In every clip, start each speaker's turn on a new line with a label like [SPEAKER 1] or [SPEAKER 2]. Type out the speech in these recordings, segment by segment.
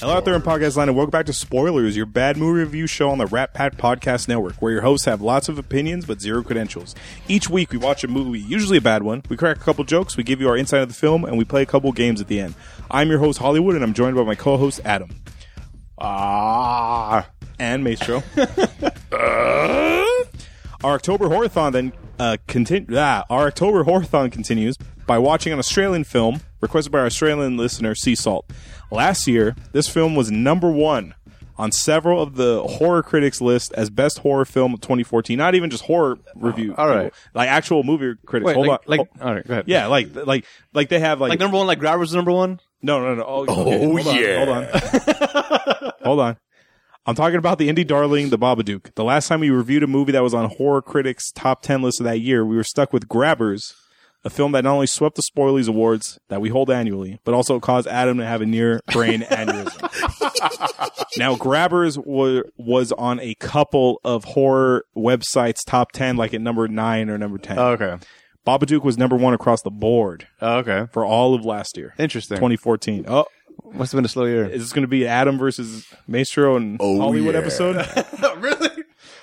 [SPEAKER 1] Hello out there in podcast land and welcome back to Spoilers, your bad movie review show on the Rat Pat Podcast Network, where your hosts have lots of opinions but zero credentials. Each week we watch a movie, usually a bad one, we crack a couple jokes, we give you our insight of the film, and we play a couple games at the end. I'm your host Hollywood, and I'm joined by my co-host Adam. Ah, and Maestro. Uh. Our October Horathon then uh, continue. Ah, our October Horathon continues by watching an Australian film requested by our Australian listener Sea Salt. Last year, this film was number one on several of the horror critics list as best horror film of 2014. Not even just horror review,
[SPEAKER 2] all right.
[SPEAKER 1] Like actual movie critics.
[SPEAKER 2] Wait,
[SPEAKER 1] Hold
[SPEAKER 2] like,
[SPEAKER 1] on,
[SPEAKER 2] like
[SPEAKER 1] Hold-
[SPEAKER 2] all right, go ahead.
[SPEAKER 1] yeah, like like like they have like,
[SPEAKER 2] like number one, like Grab was number one.
[SPEAKER 1] no, no, no. Oh, okay. hold
[SPEAKER 2] yeah.
[SPEAKER 1] On, hold on. hold on. I'm talking about the indie darling, The Babadook. The last time we reviewed a movie that was on horror critics' top 10 list of that year, we were stuck with Grabbers, a film that not only swept the Spoilies Awards that we hold annually, but also caused Adam to have a near brain aneurysm. now, Grabbers were, was on a couple of horror websites' top 10, like at number 9 or number 10.
[SPEAKER 2] Oh, okay, Oh,
[SPEAKER 1] Babadook was number 1 across the board
[SPEAKER 2] okay,
[SPEAKER 1] for all of last year,
[SPEAKER 2] interesting.
[SPEAKER 1] 2014. Oh,
[SPEAKER 2] Must have been a slow year.
[SPEAKER 1] is this going to be Adam versus Maestro and Hollywood
[SPEAKER 3] Oh, yeah.
[SPEAKER 1] episode?
[SPEAKER 2] really?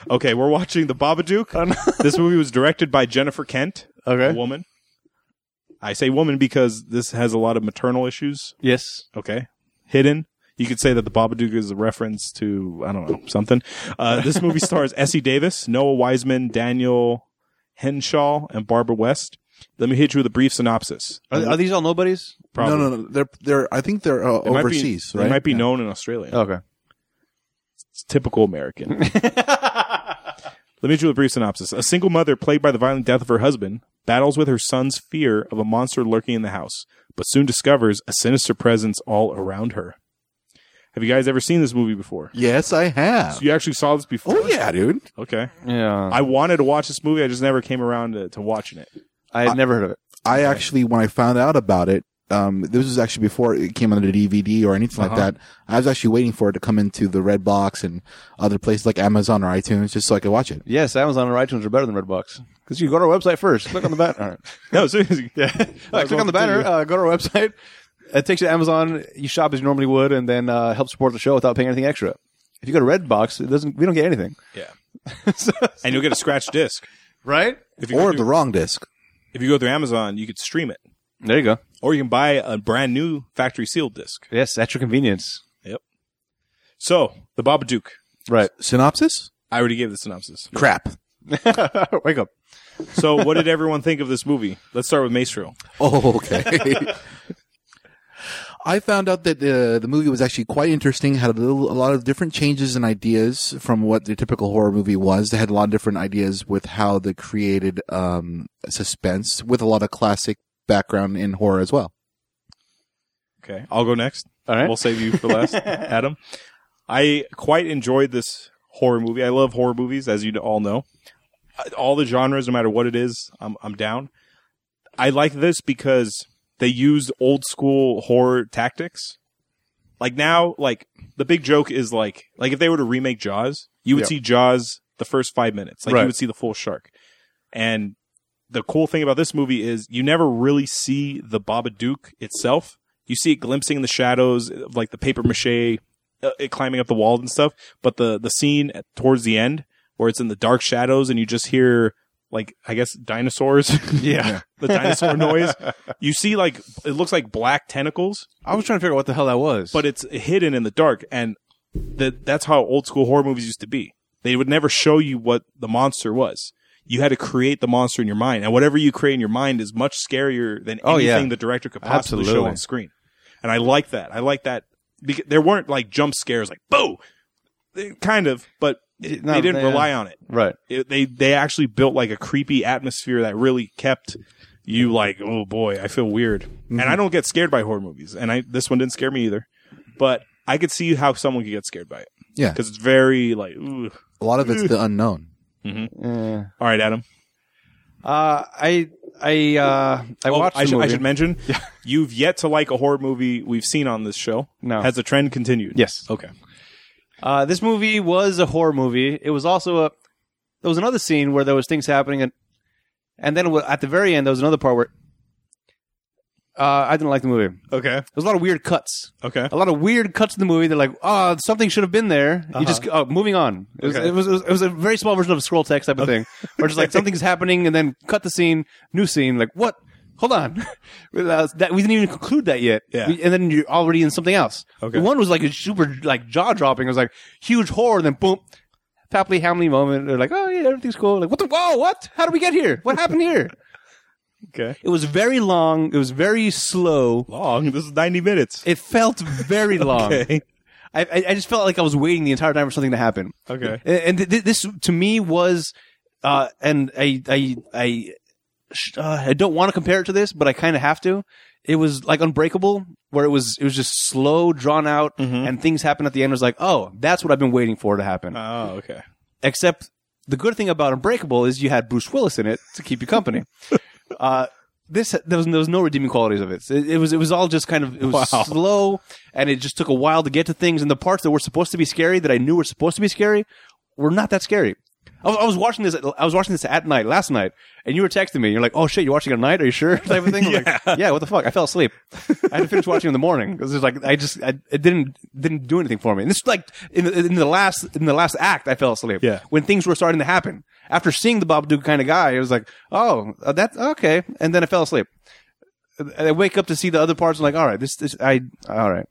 [SPEAKER 1] okay, we're watching The Babadook. this movie was directed by Jennifer Kent, a
[SPEAKER 2] Okay.
[SPEAKER 1] woman. I say woman because this has a lot of maternal issues.
[SPEAKER 2] yes.
[SPEAKER 1] Okay, hidden. You could say that The Babadook is a reference to I don't know something. Uh, this movie stars Essie Davis, Noah Wiseman, Daniel Henshaw, and Barbara West. Let me hit you with a brief synopsis.
[SPEAKER 2] Are, are these all nobodies?
[SPEAKER 1] Probably.
[SPEAKER 3] Uh, No, no, no. They're they're. I think they're uh,
[SPEAKER 1] They might be-
[SPEAKER 3] overseas,
[SPEAKER 1] they
[SPEAKER 3] right?
[SPEAKER 1] might be known in Australia.
[SPEAKER 2] Okay.
[SPEAKER 1] It's typical American. Let me do a brief synopsis. A single mother, plagued by the violent death of her husband, battles with her son's fear of a monster lurking in the house, but soon discovers a sinister presence all around her. Have you guys ever seen this movie before?
[SPEAKER 3] Yes, I have.
[SPEAKER 1] So you actually saw this before?
[SPEAKER 3] oh yeah, dude.
[SPEAKER 1] Okay.
[SPEAKER 2] Yeah.
[SPEAKER 1] I wanted to watch this movie. I just never came around to, to watching it.
[SPEAKER 2] I had never heard of it.
[SPEAKER 3] I actually, when I found out about it, um, this was actually before it came on the DVD or anything
[SPEAKER 1] Uh-huh.
[SPEAKER 3] like that. I was actually waiting for it to come into the Red Box and other places like Amazon or iTunes, just so I could watch it.
[SPEAKER 2] Yes, Amazon and iTunes are better than Redbox because you go to our website first. Click on the banner. All right.
[SPEAKER 1] No, seriously.
[SPEAKER 2] Yeah.
[SPEAKER 1] I was
[SPEAKER 2] click on the
[SPEAKER 1] going to
[SPEAKER 2] banner. Uh, go to our website. It takes you to Amazon. You shop as you normally would, and then uh, help support the show without paying anything extra. If you go to Redbox, it doesn't. We don't get anything.
[SPEAKER 1] Yeah. and you'll get a scratch disc.
[SPEAKER 2] Right.
[SPEAKER 1] If you,
[SPEAKER 3] Or
[SPEAKER 1] go
[SPEAKER 3] the
[SPEAKER 1] through,
[SPEAKER 3] wrong disc.
[SPEAKER 1] if you go through Amazon, you could stream it.
[SPEAKER 2] There you go.
[SPEAKER 1] Or you can buy a brand new factory sealed disc.
[SPEAKER 2] Yes, at your convenience.
[SPEAKER 1] So, The Babadook.
[SPEAKER 2] Right.
[SPEAKER 3] Synopsis?
[SPEAKER 1] I already gave the synopsis.
[SPEAKER 3] Crap.
[SPEAKER 2] Wake up.
[SPEAKER 1] So, what did everyone think of this movie? Let's start with Maestro.
[SPEAKER 3] Oh, okay. I found out that uh, the the movie was actually quite interesting. Had a little, a lot of different changes and ideas from what the typical horror movie was. They had a lot of different ideas with how they created um, suspense, with a lot of classic background in horror as well.
[SPEAKER 1] Okay, I'll go next.
[SPEAKER 2] All right.
[SPEAKER 1] We'll save you for last, Adam. I quite enjoyed this horror movie. I love horror movies, as you all know. Uh, All the genres, no matter what it is, I'm I'm down. I like this because they used old school horror tactics. Like now, like the big joke is like like if they were to remake Jaws, you would
[SPEAKER 2] Yeah.
[SPEAKER 1] see Jaws the first five minutes. Like
[SPEAKER 2] Right.
[SPEAKER 1] you would see the full shark. And the cool thing about this movie is you never really see the Babadook itself. You see it glimpsing in the shadows, of, like the paper mache uh, it climbing up the wall and stuff. But the the scene at- towards the end where it's in the dark shadows and you just hear like I guess dinosaurs,
[SPEAKER 2] yeah.
[SPEAKER 1] the dinosaur noise. You see like it looks like black tentacles,
[SPEAKER 2] I was trying to figure out what the hell that was.
[SPEAKER 1] but it's hidden in the dark, and that that's how old school horror movies used to be. They would never show you what the monster was. You had to create the monster in your mind, and whatever you create in your mind is much scarier than
[SPEAKER 2] Oh, yeah.
[SPEAKER 1] anything the director could possibly show
[SPEAKER 2] Absolutely.
[SPEAKER 1] on screen. And I like that. I like that. Because there weren't like jump scares, like boo, They- kind of, but it-
[SPEAKER 2] No, uh,
[SPEAKER 1] they didn't
[SPEAKER 2] yeah.
[SPEAKER 1] rely on it.
[SPEAKER 2] right.
[SPEAKER 1] it. They they actually built like a creepy atmosphere that really kept you like, oh boy, I feel weird. And
[SPEAKER 2] Mm-hmm.
[SPEAKER 1] I don't get scared by horror movies, and I this one didn't scare me either. But I could see how someone could get scared by it
[SPEAKER 3] Yeah,
[SPEAKER 1] because it's very like, ooh.
[SPEAKER 3] a lot of it's the unknown.
[SPEAKER 2] Yeah.
[SPEAKER 1] all right, Adam.
[SPEAKER 2] Uh, I I uh, I
[SPEAKER 1] Oh,
[SPEAKER 2] watched.
[SPEAKER 1] I,
[SPEAKER 2] the
[SPEAKER 1] should, I
[SPEAKER 2] movie.
[SPEAKER 1] should mention you've yet to like a horror movie we've seen on this show.
[SPEAKER 2] No.
[SPEAKER 1] has the trend continued?
[SPEAKER 2] Yes.
[SPEAKER 1] Okay.
[SPEAKER 2] Uh, this movie was a horror movie. It was also a. There was another scene where there was things happening, and and then wa- at the very end there was another part where. Uh, I didn't like the movie.
[SPEAKER 1] Okay.
[SPEAKER 2] There's a lot of weird cuts.
[SPEAKER 1] Okay.
[SPEAKER 2] A lot of weird cuts in the movie. They're like, oh, something should have been there. You just oh, moving on. It was,
[SPEAKER 1] Okay.
[SPEAKER 2] it, was, it was it was a very small version of a scroll text type of thing, or just like something's happening and then cut the scene, new scene. Like what? Hold on, Uh, that we didn't even conclude that yet.
[SPEAKER 1] Yeah.
[SPEAKER 2] We- and then you're already in something else.
[SPEAKER 1] Okay.
[SPEAKER 2] The one was like a super like jaw dropping. It was like huge horror, and then boom. Papley Hamley moment. They're like, oh yeah, everything's cool. Like, what the? Whoa, what? How did we get here? What happened here?
[SPEAKER 1] Okay.
[SPEAKER 2] It was very long. It was very slow.
[SPEAKER 1] Long. This is 90 minutes.
[SPEAKER 2] It felt very long.
[SPEAKER 1] Okay.
[SPEAKER 2] I, I I just felt like I was waiting the entire time for something to happen.
[SPEAKER 1] Okay.
[SPEAKER 2] And, and th- th- this to me was, uh, and I I I, sh- uh, I don't want to compare it to this, but I kind of have to. It was like Unbreakable, where it was it was just slow, drawn out, and things happened at the end. It was like, oh, that's what I've been waiting for to happen.
[SPEAKER 1] Oh, okay.
[SPEAKER 2] Except the good thing about Unbreakable is you had Bruce Willis in it to keep you company. uh, this there was, there was no redeeming qualities of it. it. It was it was all just kind of it was
[SPEAKER 1] Wow.
[SPEAKER 2] slow, and it just took a while to get to things. And the parts that were supposed to be scary that I knew were supposed to be scary were not that scary. I was, I was watching this. I was watching this at night last night, and you were texting me. and You're like, "Oh shit, you're watching it at night? Are you sure?" Type of thing. I'm Like, yeah. What the fuck? I fell asleep. I had to finish watching in the morning because it's like I just I, it didn't didn't do anything for me. And this is like in the, in the last in the last act, I fell asleep.
[SPEAKER 1] Yeah.
[SPEAKER 2] When things were starting to happen after seeing the Bob Duke kind of guy, it was like, "Oh, uh, that's okay," and then I fell asleep. And I wake up to see the other parts. and like, "All right, this this I all right."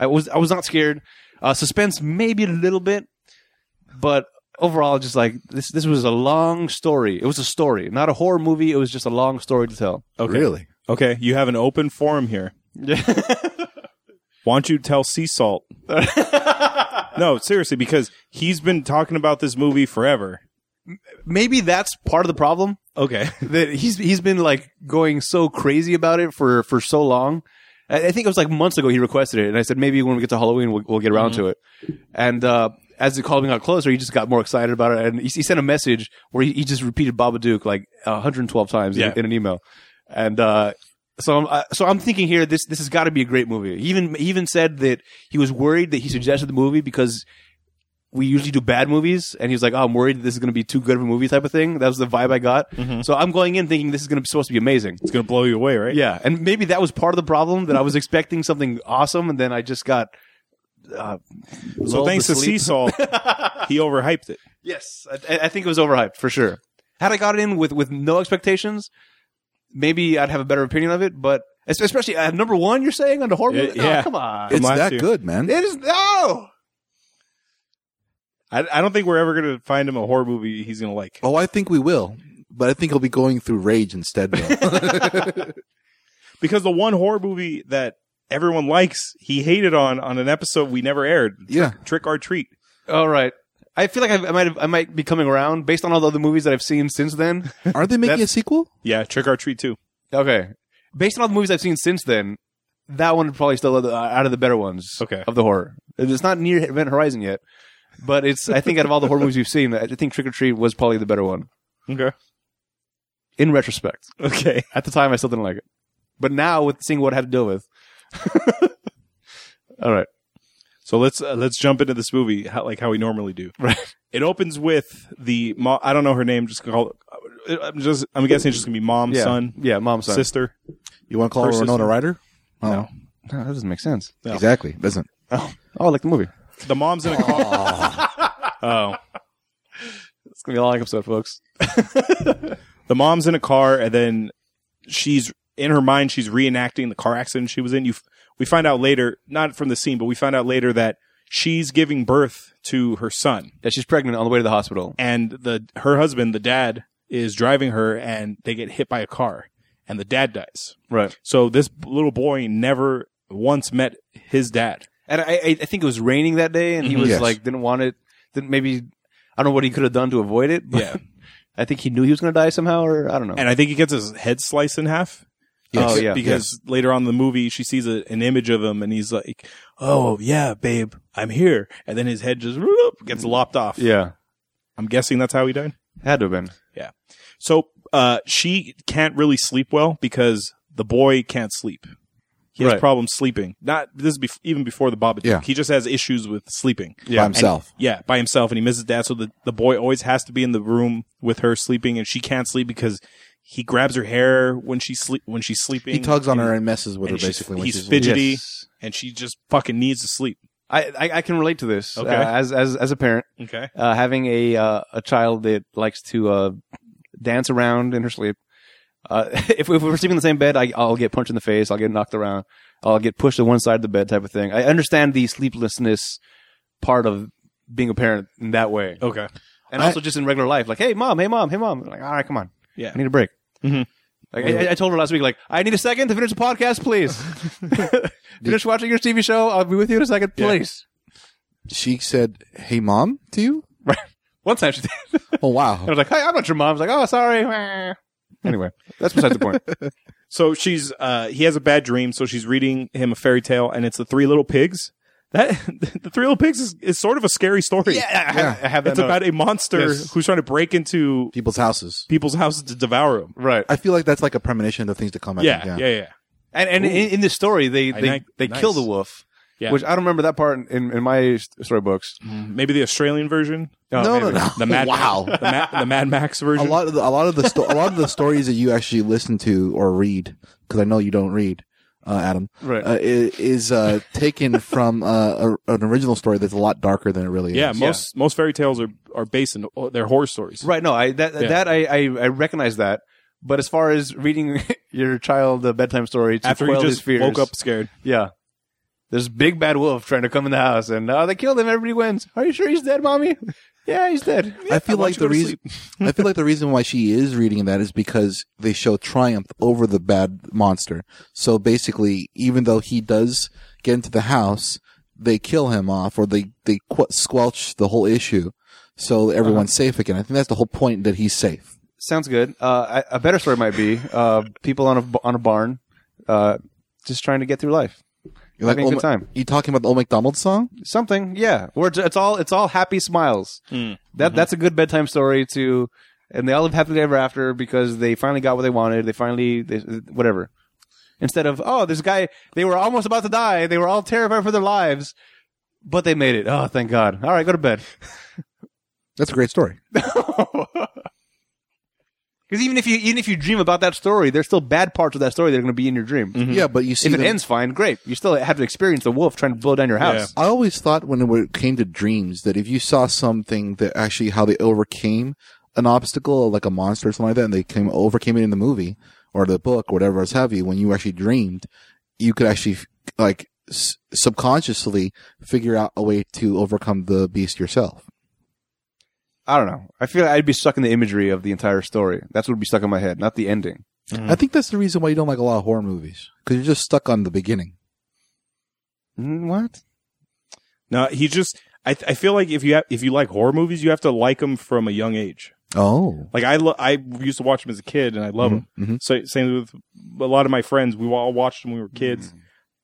[SPEAKER 2] I was I was not scared. Uh, suspense maybe a little bit, but overall, just like this this was a long story. It was a story, not a horror movie. It was just a long story to tell.
[SPEAKER 1] Okay.
[SPEAKER 3] Really?
[SPEAKER 1] Okay. You have an open forum here. Why don't you tell Sea Salt? no, seriously, because he's been talking about this movie forever.
[SPEAKER 2] Maybe that's part of the problem
[SPEAKER 1] Okay.
[SPEAKER 2] that he's he's been like going so crazy about it for for so long. I, I think it was like months ago he requested it, and I said maybe when we get to Halloween we'll, we'll get around to it. And uh, as the Halloween got closer, he just got more excited about it, and he, he sent a message where he, he just repeated Babadook like 112 times
[SPEAKER 1] Yeah.
[SPEAKER 2] in, in an email, and. Uh, so I'm uh, so I'm thinking here. This this has got to be a great movie. He even he even said that he was worried that he suggested the movie because we usually do bad movies, and he was like, "Oh, I'm worried that this is going to be too good of a movie," type of thing. That was the vibe I got. So I'm going in thinking this is going to be supposed to be amazing.
[SPEAKER 1] It's going to blow you away, right?
[SPEAKER 2] Yeah, and maybe that was part of the problem that I was expecting something awesome, and then I just got. Uh,
[SPEAKER 1] So
[SPEAKER 2] lulled
[SPEAKER 1] thanks to Sea
[SPEAKER 2] sleep.
[SPEAKER 1] Salt, he overhyped it.
[SPEAKER 2] Yes, I, I think it was overhyped for sure. Had I got in with with no expectations, maybe I'd have a better opinion of it. But es- especially at number one, you're saying on the horror
[SPEAKER 1] Yeah,
[SPEAKER 2] movie.
[SPEAKER 1] yeah.
[SPEAKER 2] oh, come on,
[SPEAKER 1] It-
[SPEAKER 3] It's
[SPEAKER 1] last
[SPEAKER 3] that
[SPEAKER 1] year.
[SPEAKER 3] good, man.
[SPEAKER 2] it is no.
[SPEAKER 1] I, I don't think we're ever going to find him a horror movie he's going to like.
[SPEAKER 3] Oh, I think we will, but I think he'll be going through rage instead. Though.
[SPEAKER 1] Because the one horror movie that everyone likes, he hated on on an episode we never aired.
[SPEAKER 3] yeah,
[SPEAKER 1] Trick or Treat.
[SPEAKER 2] All right. I feel like I've, I might have, I might be coming around based on all the other movies that I've seen since then.
[SPEAKER 3] are they making a sequel?
[SPEAKER 1] Yeah, Trick or Treat too.
[SPEAKER 2] okay, based on all the movies I've seen since then, that one is probably still out of the- out of the better ones.
[SPEAKER 1] Okay.
[SPEAKER 2] of the horror, it's not near Event Horizon yet, but it's I think out of all the horror movies we've seen, I think Trick or Treat was probably the better one
[SPEAKER 1] Okay.
[SPEAKER 2] in retrospect.
[SPEAKER 1] Okay.
[SPEAKER 2] At the time, I still didn't like it, but now with seeing what I had to deal with, all right,
[SPEAKER 1] So let's uh, let's jump into this movie how, like how we normally do.
[SPEAKER 2] Right.
[SPEAKER 1] It opens with the mo- I don't know her name. Just call. uh, I'm just I'm guessing it's just gonna be mom,
[SPEAKER 2] yeah,
[SPEAKER 1] son,
[SPEAKER 2] yeah, mom, son.
[SPEAKER 1] sister.
[SPEAKER 3] You want to call her
[SPEAKER 1] Versus-
[SPEAKER 3] Winona Ryder? Oh,
[SPEAKER 1] No.
[SPEAKER 2] No, that doesn't make sense.
[SPEAKER 1] No.
[SPEAKER 3] exactly. It doesn't.
[SPEAKER 2] Oh, I like the movie.
[SPEAKER 1] The mom's in a car. oh,
[SPEAKER 2] It's gonna be a long episode, folks.
[SPEAKER 1] the mom's in a car, and then she's in her mind. She's reenacting the car accident she was in. You, f- we find out later, not from the scene, but we find out later that she's giving birth to her son,
[SPEAKER 2] Yeah, she's pregnant on the way to the hospital.
[SPEAKER 1] and the her husband, the dad, is driving her, and they get hit by a car, and the dad dies.
[SPEAKER 2] Right.
[SPEAKER 1] So this little boy never once met his dad.
[SPEAKER 2] And I, I I think it was raining that day, and he
[SPEAKER 1] Mhm.
[SPEAKER 2] was
[SPEAKER 3] Yes.
[SPEAKER 2] like, didn't want it. Didn't maybe, I don't know what he could have done to avoid it. But
[SPEAKER 1] Yeah.
[SPEAKER 2] I think he knew he was going to die somehow, or I don't know.
[SPEAKER 1] And I think he gets his head sliced in half.
[SPEAKER 3] Yes.
[SPEAKER 2] Oh, yeah.
[SPEAKER 1] Because later on in the movie, she sees a, an image of him and he's like, Oh, yeah, babe, I'm here. And then his head just whoop, gets lopped off.
[SPEAKER 2] yeah,
[SPEAKER 1] I'm guessing that's how he died.
[SPEAKER 2] had to have been.
[SPEAKER 1] So, uh, she can't really sleep well because the boy can't sleep. He has
[SPEAKER 2] Right.
[SPEAKER 1] problems sleeping. Not, this is bef- even before the Babadook.
[SPEAKER 3] Yeah.
[SPEAKER 1] He just has issues with sleeping.
[SPEAKER 3] By himself.
[SPEAKER 1] Yeah, by himself, and he misses dad. So the, the boy always has to be in the room with her sleeping, and she can't sleep because He grabs her hair when she sleep when she's sleeping.
[SPEAKER 3] He tugs on her and messes with
[SPEAKER 1] and
[SPEAKER 3] her
[SPEAKER 1] she's-
[SPEAKER 3] basically. When
[SPEAKER 1] he's
[SPEAKER 3] she's
[SPEAKER 1] fidgety.
[SPEAKER 2] Yes.
[SPEAKER 1] and she just fucking needs to sleep.
[SPEAKER 2] I, I I can relate to this.
[SPEAKER 1] Okay.
[SPEAKER 2] uh, as as as a parent,
[SPEAKER 1] Okay.
[SPEAKER 2] uh, having a uh, a child that likes to uh, dance around in her sleep. Uh, if, if we're sleeping in the same bed, I, I'll get punched in the face. I'll get knocked around. I'll get pushed to one side of the bed, type of thing. I understand the sleeplessness part of being a parent in that way,
[SPEAKER 1] Okay.
[SPEAKER 2] and
[SPEAKER 3] I-
[SPEAKER 2] also just in regular life, like, hey mom, hey mom, hey mom. like, all right, come on,
[SPEAKER 1] Yeah.
[SPEAKER 2] I need a break.
[SPEAKER 1] Mhm.
[SPEAKER 2] Like, I, I- I told her last week, like, I need a second to finish the podcast, please. finish watching your TV show. I'll be with you in a second,
[SPEAKER 1] Yeah.
[SPEAKER 2] please.
[SPEAKER 3] She said, "Hey, mom," to you.
[SPEAKER 2] One time she did.
[SPEAKER 3] Oh
[SPEAKER 2] I
[SPEAKER 3] wow.
[SPEAKER 2] was like, "Hi, I'm not your mom." I was like, "Oh, sorry." anyway, that's beside the point.
[SPEAKER 1] So she's uh he has a bad dream, so she's reading him a fairy tale and it's the three little pigs. That the three little pigs is, is sort of a scary story.
[SPEAKER 2] I have, I have that.
[SPEAKER 1] It's
[SPEAKER 2] note.
[SPEAKER 1] about a monster
[SPEAKER 2] Yes.
[SPEAKER 1] who's trying to break into
[SPEAKER 3] People's houses.
[SPEAKER 1] people's houses to devour them.
[SPEAKER 2] right.
[SPEAKER 3] I feel like that's like a premonition of things to come. I
[SPEAKER 1] Yeah, yeah,
[SPEAKER 3] think,
[SPEAKER 1] yeah,
[SPEAKER 2] And and in, in this story, they
[SPEAKER 1] I
[SPEAKER 2] they,
[SPEAKER 1] like-
[SPEAKER 2] they
[SPEAKER 1] nice.
[SPEAKER 2] kill the wolf,
[SPEAKER 1] Yeah.
[SPEAKER 2] which I don't remember that part in, in my storybooks.
[SPEAKER 1] Maybe the Australian version. Oh,
[SPEAKER 3] No, no,
[SPEAKER 1] maybe.
[SPEAKER 3] no.
[SPEAKER 1] The Mad
[SPEAKER 3] Wow.
[SPEAKER 1] the, Ma- the Mad Max
[SPEAKER 3] A
[SPEAKER 1] version.
[SPEAKER 3] lot of the, a lot of the sto- a lot of the stories that you actually listen to or read, because I know you don't read, uh, Adam,
[SPEAKER 2] Right.
[SPEAKER 3] uh, i- is uh, taken from uh, a, an original story that's a lot darker than it really
[SPEAKER 1] yeah,
[SPEAKER 3] is.
[SPEAKER 1] most most fairy tales are are based in their horror stories.
[SPEAKER 2] Right. No, I that
[SPEAKER 1] Yeah.
[SPEAKER 2] that I, I I recognize that. But as far as reading your child a bedtime story to
[SPEAKER 1] After
[SPEAKER 2] quell
[SPEAKER 1] you
[SPEAKER 2] his
[SPEAKER 1] just
[SPEAKER 2] fears,
[SPEAKER 1] woke up scared.
[SPEAKER 2] yeah. There's big bad wolf trying to come in the house, and uh, they killed him. Everybody wins. Are you sure he's dead, mommy? Yeah, he's dead. Uh,
[SPEAKER 3] I feel
[SPEAKER 1] I want
[SPEAKER 3] like
[SPEAKER 1] you to go to
[SPEAKER 3] the reason I feel like the reason why she is reading that is because they show triumph over the bad monster. So basically, even though he does get into the house, they kill him off or they they qu- squelch the whole issue, so everyone's
[SPEAKER 2] Uh-huh.
[SPEAKER 3] safe again. I think that's the whole point that he's safe.
[SPEAKER 2] Sounds good. Uh, I- a better story might be uh, people on a on a barn, uh, just trying to get through life,
[SPEAKER 3] You're
[SPEAKER 2] having a
[SPEAKER 3] old
[SPEAKER 2] good
[SPEAKER 3] Ma-
[SPEAKER 2] time.
[SPEAKER 3] You talking about the old McDonald song?
[SPEAKER 2] Something, yeah. Where it's, it's all it's all happy smiles. That that's a good bedtime story to, and they all live happily ever after because they finally got what they wanted. They finally they, whatever. Instead of oh, this guy, they were almost about to die. They were all terrified for their lives, but they made it. Oh, thank God! All right, go to bed.
[SPEAKER 3] That's a great story.
[SPEAKER 2] Because even if you even if you dream about that story, there's still bad parts of that story that are going to be in your dream.
[SPEAKER 3] Yeah, but you see,
[SPEAKER 2] Mm-hmm. If it
[SPEAKER 3] them-
[SPEAKER 2] ends fine, great. You still have to experience the wolf trying to blow down your house.
[SPEAKER 3] I always thought when it when it came to dreams that if you saw something that actually how they overcame an obstacle, like a monster or something like that, and they came overcame it in the movie or the book, whatever else have you, when you actually dreamed, you could actually like s- subconsciously figure out a way to overcome the beast yourself.
[SPEAKER 2] I don't know. I feel I'd be stuck in the imagery of the entire story. That's what would be stuck in my head, not the ending.
[SPEAKER 3] I think that's the reason why you don't like a lot of horror movies because you're just stuck on the beginning.
[SPEAKER 2] Mm, What?
[SPEAKER 1] No, he just. I, I feel like if you have, if you like horror movies, you have to like them from a young age.
[SPEAKER 3] Oh,
[SPEAKER 1] Like I lo- I used to watch them as a kid, and I love
[SPEAKER 2] Mm-hmm.
[SPEAKER 1] them.
[SPEAKER 3] Mhm, mhm.
[SPEAKER 1] So same with a lot of my friends. We all watched them when we were kids.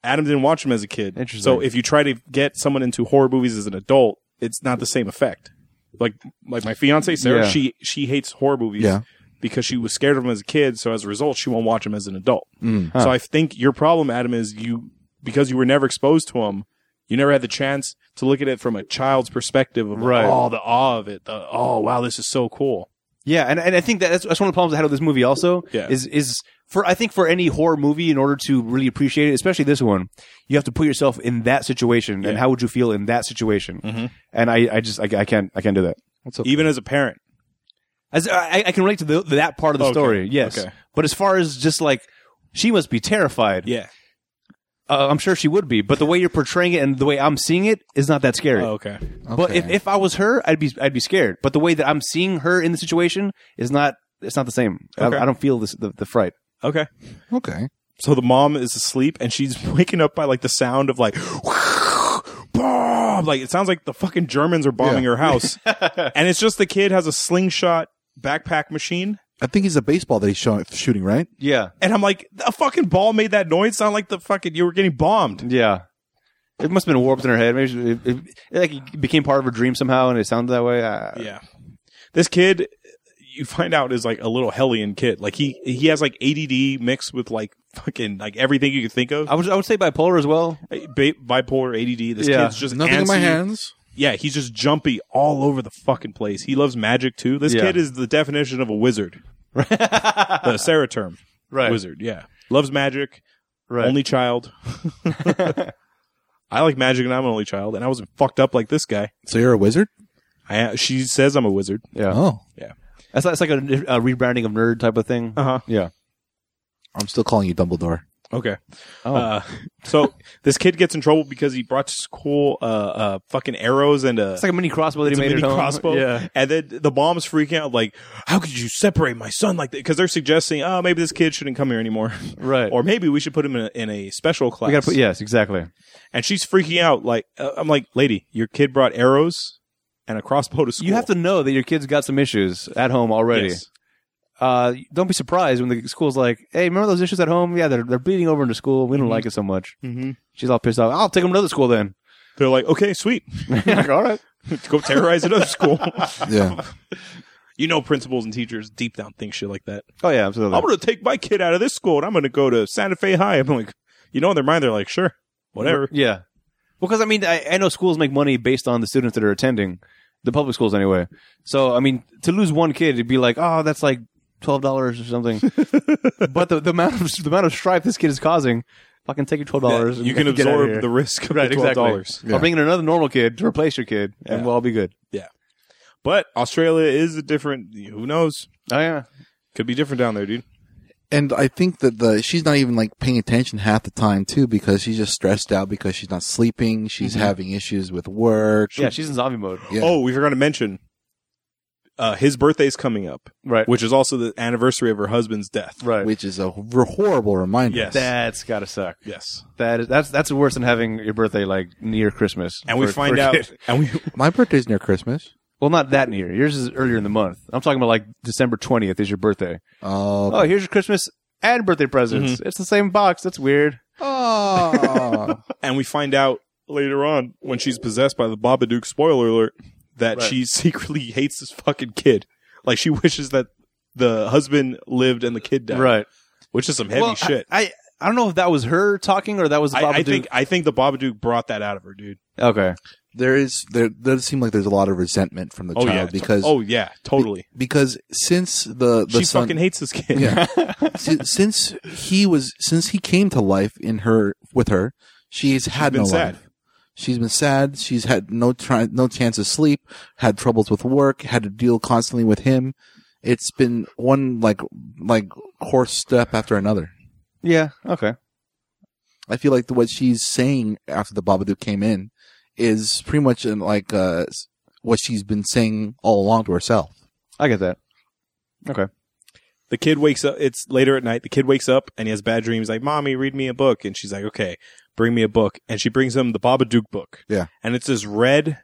[SPEAKER 1] Adam didn't watch them as a kid.
[SPEAKER 2] Mm-hmm. Interesting.
[SPEAKER 1] So if you try to get someone into horror movies as an adult, it's not the same effect. Like like my fiance Sarah,
[SPEAKER 2] Yeah.
[SPEAKER 1] she she hates horror movies
[SPEAKER 3] Yeah.
[SPEAKER 1] because she was scared of them as a kid. So as a result, she won't watch them as an adult.
[SPEAKER 3] Mm.
[SPEAKER 2] Huh.
[SPEAKER 1] So I think your problem, Adam, is you because you were never exposed to them. You never had the chance to look at it from a child's perspective of
[SPEAKER 2] Right.
[SPEAKER 1] oh the awe of it, the oh wow this is so cool.
[SPEAKER 2] Yeah, and, and I think that that's, that's one of the problems I had with this movie. Also,
[SPEAKER 1] Yeah.
[SPEAKER 2] is is for I think for any horror movie, in order to really appreciate it, especially this one, you have to put yourself in that situation and
[SPEAKER 1] Yeah.
[SPEAKER 2] how would you feel in that situation?
[SPEAKER 1] Mhm.
[SPEAKER 2] And I, I just I, I can't I can't do that.
[SPEAKER 1] Even as a parent,
[SPEAKER 2] As, I, I can relate to the, that part of the
[SPEAKER 1] Okay.
[SPEAKER 2] story, yes.
[SPEAKER 1] Okay.
[SPEAKER 2] But as far as just like she must be terrified,
[SPEAKER 1] yeah.
[SPEAKER 2] uh, I'm sure she would be. But the way you're portraying it and the way I'm seeing it is not that scary.
[SPEAKER 1] Oh, okay.
[SPEAKER 2] But if,
[SPEAKER 3] Okay.
[SPEAKER 2] if I was her, I'd be I'd be scared. But the way that I'm seeing her in the situation is not it's not the same.
[SPEAKER 1] Okay.
[SPEAKER 2] I, I don't feel this, the the fright.
[SPEAKER 1] Okay.
[SPEAKER 3] okay,
[SPEAKER 1] So the mom is asleep and she's waking up by like the sound of like bomb. Like it sounds like the fucking Germans are bombing her house. and it's just the kid has a slingshot backpack machine.
[SPEAKER 3] I think he's a baseball that he's showing, shooting, right?
[SPEAKER 2] Yeah,
[SPEAKER 1] And I'm like, a fucking ball made that noise. Sound like the fucking you were getting bombed.
[SPEAKER 2] yeah. It must have been warped in her head. Maybe she, it, it, it, like it became part of her dream somehow, and it sounded that way. I,
[SPEAKER 1] Yeah. This kid, you find out, is like a little hellion kid. Like he he has like ADD mixed with like fucking like everything you could think of.
[SPEAKER 2] I would I would say bipolar as well.
[SPEAKER 1] Bi- bipolar ADD. This
[SPEAKER 2] Yeah.
[SPEAKER 1] kid's just
[SPEAKER 3] Nothing in my
[SPEAKER 1] antsy.
[SPEAKER 3] hands.
[SPEAKER 1] yeah, he's just jumpy all over the fucking place. He loves magic too. This
[SPEAKER 2] Yeah.
[SPEAKER 1] kid is the definition of a wizard. the Sarah term
[SPEAKER 2] Uh, right.
[SPEAKER 1] wizard. Yeah, loves magic.
[SPEAKER 2] right.
[SPEAKER 1] Only child. I like magic, and I'm an only child, and I wasn't fucked up like this guy.
[SPEAKER 3] So you're a wizard?
[SPEAKER 1] I, she says I'm a wizard.
[SPEAKER 2] yeah.
[SPEAKER 3] Oh,
[SPEAKER 2] That's like, that's like a, a rebranding of nerd type of thing.
[SPEAKER 1] Uh huh.
[SPEAKER 2] yeah.
[SPEAKER 3] I'm still calling you Dumbledore.
[SPEAKER 1] Okay.
[SPEAKER 2] Oh.
[SPEAKER 1] Uh, so this kid gets in trouble because he brought to school uh, uh, fucking arrows and a,
[SPEAKER 2] it's like a mini crossbow that he
[SPEAKER 1] it's a
[SPEAKER 2] made
[SPEAKER 1] mini
[SPEAKER 2] at home.
[SPEAKER 1] crossbow.
[SPEAKER 2] Yeah.
[SPEAKER 1] And then the mom's freaking out, like, how could you separate my son like that? Because they're suggesting, oh, maybe this kid shouldn't come here anymore.
[SPEAKER 2] Right.
[SPEAKER 1] or maybe we should put him in a, in a special class.
[SPEAKER 2] we gotta put, yes, exactly.
[SPEAKER 1] And she's freaking out. Like, uh, I'm like, lady, your kid brought arrows and a crossbow to school.
[SPEAKER 2] You have to know that your kid's got some issues at home already.
[SPEAKER 1] Yes.
[SPEAKER 2] Uh, don't be surprised when the school's like, "Hey, remember those issues at home? Yeah, they're they're bleeding over into school. We don't like it so much."
[SPEAKER 1] Mhm.
[SPEAKER 2] She's all pissed off. I'll take them to another school then.
[SPEAKER 1] They're like, okay, sweet.
[SPEAKER 2] Like, all right.
[SPEAKER 1] Go terrorize another school.
[SPEAKER 3] Yeah.
[SPEAKER 1] you know, principals and teachers deep down think shit like that.
[SPEAKER 2] Oh yeah, absolutely.
[SPEAKER 1] I'm going to take my kid out of this school and I'm going to go to Santa Fe High. I'm like, you know, in their mind, they're like, sure, whatever.
[SPEAKER 2] Yeah. Because I mean, I, I know schools make money based on the students that are attending the public schools anyway. So I mean, to lose one kid, it'd be like, oh, that's like twelve dollars or something. but the, the amount of the amount of strife this kid is causing, fucking take your twelve dollars.
[SPEAKER 1] You can absorb the risk of
[SPEAKER 2] right
[SPEAKER 1] the $12.
[SPEAKER 2] exactly.
[SPEAKER 3] Yeah.
[SPEAKER 2] I'll bring in another normal kid to replace your kid, and
[SPEAKER 1] Yeah.
[SPEAKER 2] we'll all be good.
[SPEAKER 1] But Australia is a different. Who knows?
[SPEAKER 2] Oh yeah.
[SPEAKER 1] Could be different down there, dude.
[SPEAKER 3] And I think that the she's not even like paying attention half the time too because she's just stressed out because she's not sleeping. She's
[SPEAKER 1] Mm-hmm.
[SPEAKER 3] having issues with work.
[SPEAKER 2] Yeah, she's in zombie mode.
[SPEAKER 3] Yeah.
[SPEAKER 1] Oh, we forgot to mention. Uh, his birthday's coming up,
[SPEAKER 2] Right.
[SPEAKER 1] which is also the anniversary of her husband's death.
[SPEAKER 2] right.
[SPEAKER 3] which is a hor- horrible reminder.
[SPEAKER 1] Yes.
[SPEAKER 2] that's gotta suck.
[SPEAKER 1] Yes.
[SPEAKER 2] That is that's that's worse than having your birthday like near Christmas.
[SPEAKER 1] And we
[SPEAKER 2] for-
[SPEAKER 1] find
[SPEAKER 2] for a
[SPEAKER 1] out.
[SPEAKER 2] kid.
[SPEAKER 1] And we
[SPEAKER 3] My birthday's near Christmas.
[SPEAKER 2] Well, not that near. Yours is earlier in the month. I'm talking about like December 20th is your birthday.
[SPEAKER 3] Oh,
[SPEAKER 2] Oh, here's your Christmas and birthday presents.
[SPEAKER 1] Mm-hmm.
[SPEAKER 2] It's the same box. That's weird.
[SPEAKER 3] Oh.
[SPEAKER 1] and we find out later on when she's possessed by the Babadook. Spoiler alert! That
[SPEAKER 2] Right.
[SPEAKER 1] she secretly hates this fucking kid. Like she wishes that the husband lived and the kid died.
[SPEAKER 2] Right.
[SPEAKER 1] Which is some heavy
[SPEAKER 2] well,
[SPEAKER 1] shit.
[SPEAKER 2] I, I I don't know if that was her talking or that was
[SPEAKER 1] I,
[SPEAKER 2] Bob
[SPEAKER 1] I think I think the Babadook brought that out of her, dude.
[SPEAKER 2] Okay.
[SPEAKER 3] there is there does seem like there's a lot of resentment from the
[SPEAKER 1] Oh
[SPEAKER 3] child
[SPEAKER 1] yeah.
[SPEAKER 3] because
[SPEAKER 1] oh yeah. Totally.
[SPEAKER 3] because since the the
[SPEAKER 1] she
[SPEAKER 3] son
[SPEAKER 1] fucking hates this kid.
[SPEAKER 3] yeah Si- since he was since he came to life in her with her she's had
[SPEAKER 1] been
[SPEAKER 3] no
[SPEAKER 1] sad.
[SPEAKER 3] life. She's been sad. She's had no try, no chance of sleep. Had troubles with work. Had to deal constantly with him. It's been one like like horse step after another.
[SPEAKER 2] Yeah. Okay.
[SPEAKER 3] I feel like what she's saying after the Babadook came in is pretty much in like uh, s- what she's been saying all along to herself.
[SPEAKER 2] I get that.
[SPEAKER 1] The kid wakes up. It's later at night. The kid wakes up and he has bad dreams. Like, mommy, read me a book. And she's like, okay, bring me a book. And she brings him the Babadook book.
[SPEAKER 3] Yeah.
[SPEAKER 1] And it's this red,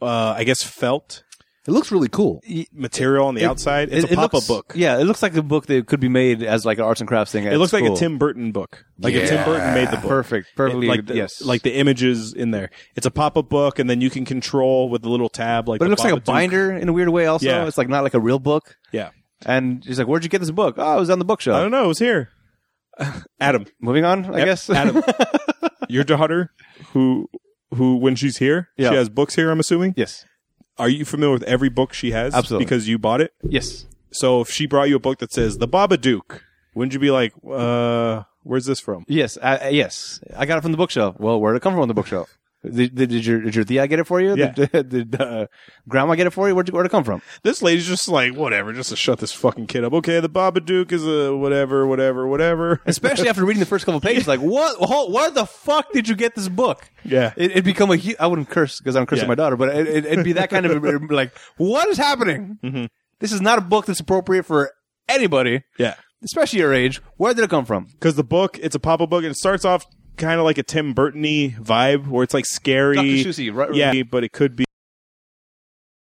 [SPEAKER 1] uh, I guess felt
[SPEAKER 3] It looks really cool.
[SPEAKER 1] material on the
[SPEAKER 2] It-
[SPEAKER 1] outside. It's
[SPEAKER 2] It-
[SPEAKER 1] a
[SPEAKER 2] it
[SPEAKER 1] pop up
[SPEAKER 2] looks-
[SPEAKER 1] book.
[SPEAKER 2] Yeah, it looks like a book that could be made as like an arts and crafts thing.
[SPEAKER 1] It looks like a Tim Burton book. Like if Tim Burton made the book.
[SPEAKER 2] Perfect.
[SPEAKER 1] It-
[SPEAKER 2] Perfectly.
[SPEAKER 1] like the,
[SPEAKER 2] yes.
[SPEAKER 1] like the images in there. It's a pop up book, and then you can control with the little tab. Like,
[SPEAKER 2] but
[SPEAKER 1] the
[SPEAKER 2] it looks like a
[SPEAKER 1] Babadook.
[SPEAKER 2] binder in a weird way. Also,
[SPEAKER 1] Yeah.
[SPEAKER 2] it's like not like a real book.
[SPEAKER 1] Yeah.
[SPEAKER 2] And she's like, "Where'd you get this book? Oh, it was on the
[SPEAKER 1] I
[SPEAKER 2] bookshelf."
[SPEAKER 1] don't know. It was here. Adam,
[SPEAKER 2] Moving on, I
[SPEAKER 1] Yep.
[SPEAKER 2] guess.
[SPEAKER 1] Adam, your daughter, who who when she's here,
[SPEAKER 2] Yeah.
[SPEAKER 1] she has books here. I'm assuming.
[SPEAKER 2] yes.
[SPEAKER 1] Are you familiar with every book she has?
[SPEAKER 2] Absolutely.
[SPEAKER 1] Because you bought it.
[SPEAKER 2] Yes.
[SPEAKER 1] So if she brought you a book that says The Babadook, wouldn't you be like, uh, where's this from?
[SPEAKER 2] Yes, I, I- yes. I got it from the bookshelf. Well, where did it come from on the bookshelf? Did, did, did your did your Thea get it for you?
[SPEAKER 1] Yeah.
[SPEAKER 2] Did, did uh, Grandma get it for you? Where'd, you- where'd it come from?
[SPEAKER 1] This lady's just like, whatever, just to shut this fucking kid up. Okay, The Babadook is a whatever, whatever, whatever.
[SPEAKER 2] Especially after reading the first couple pages, like what? Hold, where the fuck did you get this book?
[SPEAKER 1] Yeah.
[SPEAKER 2] it, it'd become a. hu- I wouldn't curse because I'm cursing
[SPEAKER 1] Yeah.
[SPEAKER 2] my daughter, but it, it, it'd be that kind of it'd be like, what is happening?
[SPEAKER 1] Mhm.
[SPEAKER 2] This is not a book that's appropriate for anybody,
[SPEAKER 1] Yeah.
[SPEAKER 2] especially your age. Where did it come from?
[SPEAKER 1] Because the book, it's a pop up book, and it starts off kind of like a Tim Burton y vibe where it's like
[SPEAKER 2] Dr.
[SPEAKER 1] scary.
[SPEAKER 2] Susie, right?
[SPEAKER 1] Yeah, but it could be.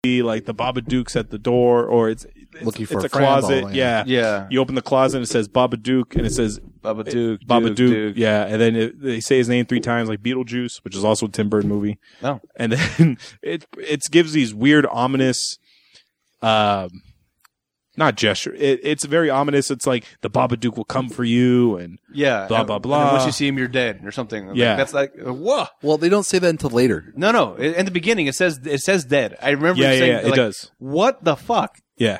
[SPEAKER 1] be Like the Babadook's at the door, or it's, it's
[SPEAKER 3] Looking for
[SPEAKER 1] it's
[SPEAKER 3] a
[SPEAKER 1] a
[SPEAKER 3] friend,
[SPEAKER 1] closet.
[SPEAKER 3] all,
[SPEAKER 1] Yeah.
[SPEAKER 3] yeah.
[SPEAKER 2] yeah.
[SPEAKER 1] you open the closet and it says Babadook, and it says
[SPEAKER 2] Baba Duke,
[SPEAKER 1] Baba
[SPEAKER 2] Duke,
[SPEAKER 1] Duke,
[SPEAKER 2] Duke.
[SPEAKER 1] yeah, and then it, they say his name three times, like Beetlejuice, which is also a Tim Burton movie.
[SPEAKER 2] Oh.
[SPEAKER 1] and then it it gives these weird ominous, um, not gesture. It, it's very ominous. It's like the Babadook will come for you, and
[SPEAKER 2] Yeah.
[SPEAKER 1] Blah,
[SPEAKER 2] And-
[SPEAKER 1] blah,
[SPEAKER 2] and
[SPEAKER 1] blah.
[SPEAKER 2] once you see him, you're dead or something. Like,
[SPEAKER 1] Yeah.
[SPEAKER 2] that's like uh, whoa.
[SPEAKER 3] Well, they don't say that until later.
[SPEAKER 2] No, no. i- In the beginning, it says it says dead. I remember
[SPEAKER 1] yeah,
[SPEAKER 2] you
[SPEAKER 1] yeah,
[SPEAKER 2] saying
[SPEAKER 1] yeah, it
[SPEAKER 2] like,
[SPEAKER 1] does,
[SPEAKER 2] What the fuck?
[SPEAKER 1] yeah.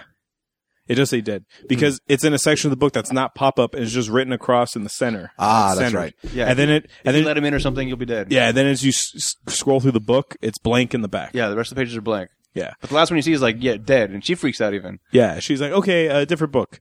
[SPEAKER 1] It does say dead because it's in a section of the book that's not pop up and it's just written across in the center.
[SPEAKER 3] Ah, that's
[SPEAKER 1] Centered.
[SPEAKER 3] right.
[SPEAKER 2] Yeah,
[SPEAKER 1] and then it
[SPEAKER 2] If
[SPEAKER 1] and
[SPEAKER 2] you
[SPEAKER 1] then
[SPEAKER 2] let him in or something, you'll be dead.
[SPEAKER 1] yeah, and then as you s- s- scroll through the book, it's blank in the back.
[SPEAKER 2] Yeah, the rest of the pages are blank.
[SPEAKER 1] Yeah.
[SPEAKER 2] But the last one you see is like, yeah, dead. And she freaks out even.
[SPEAKER 1] Yeah, she's like, okay, a different book.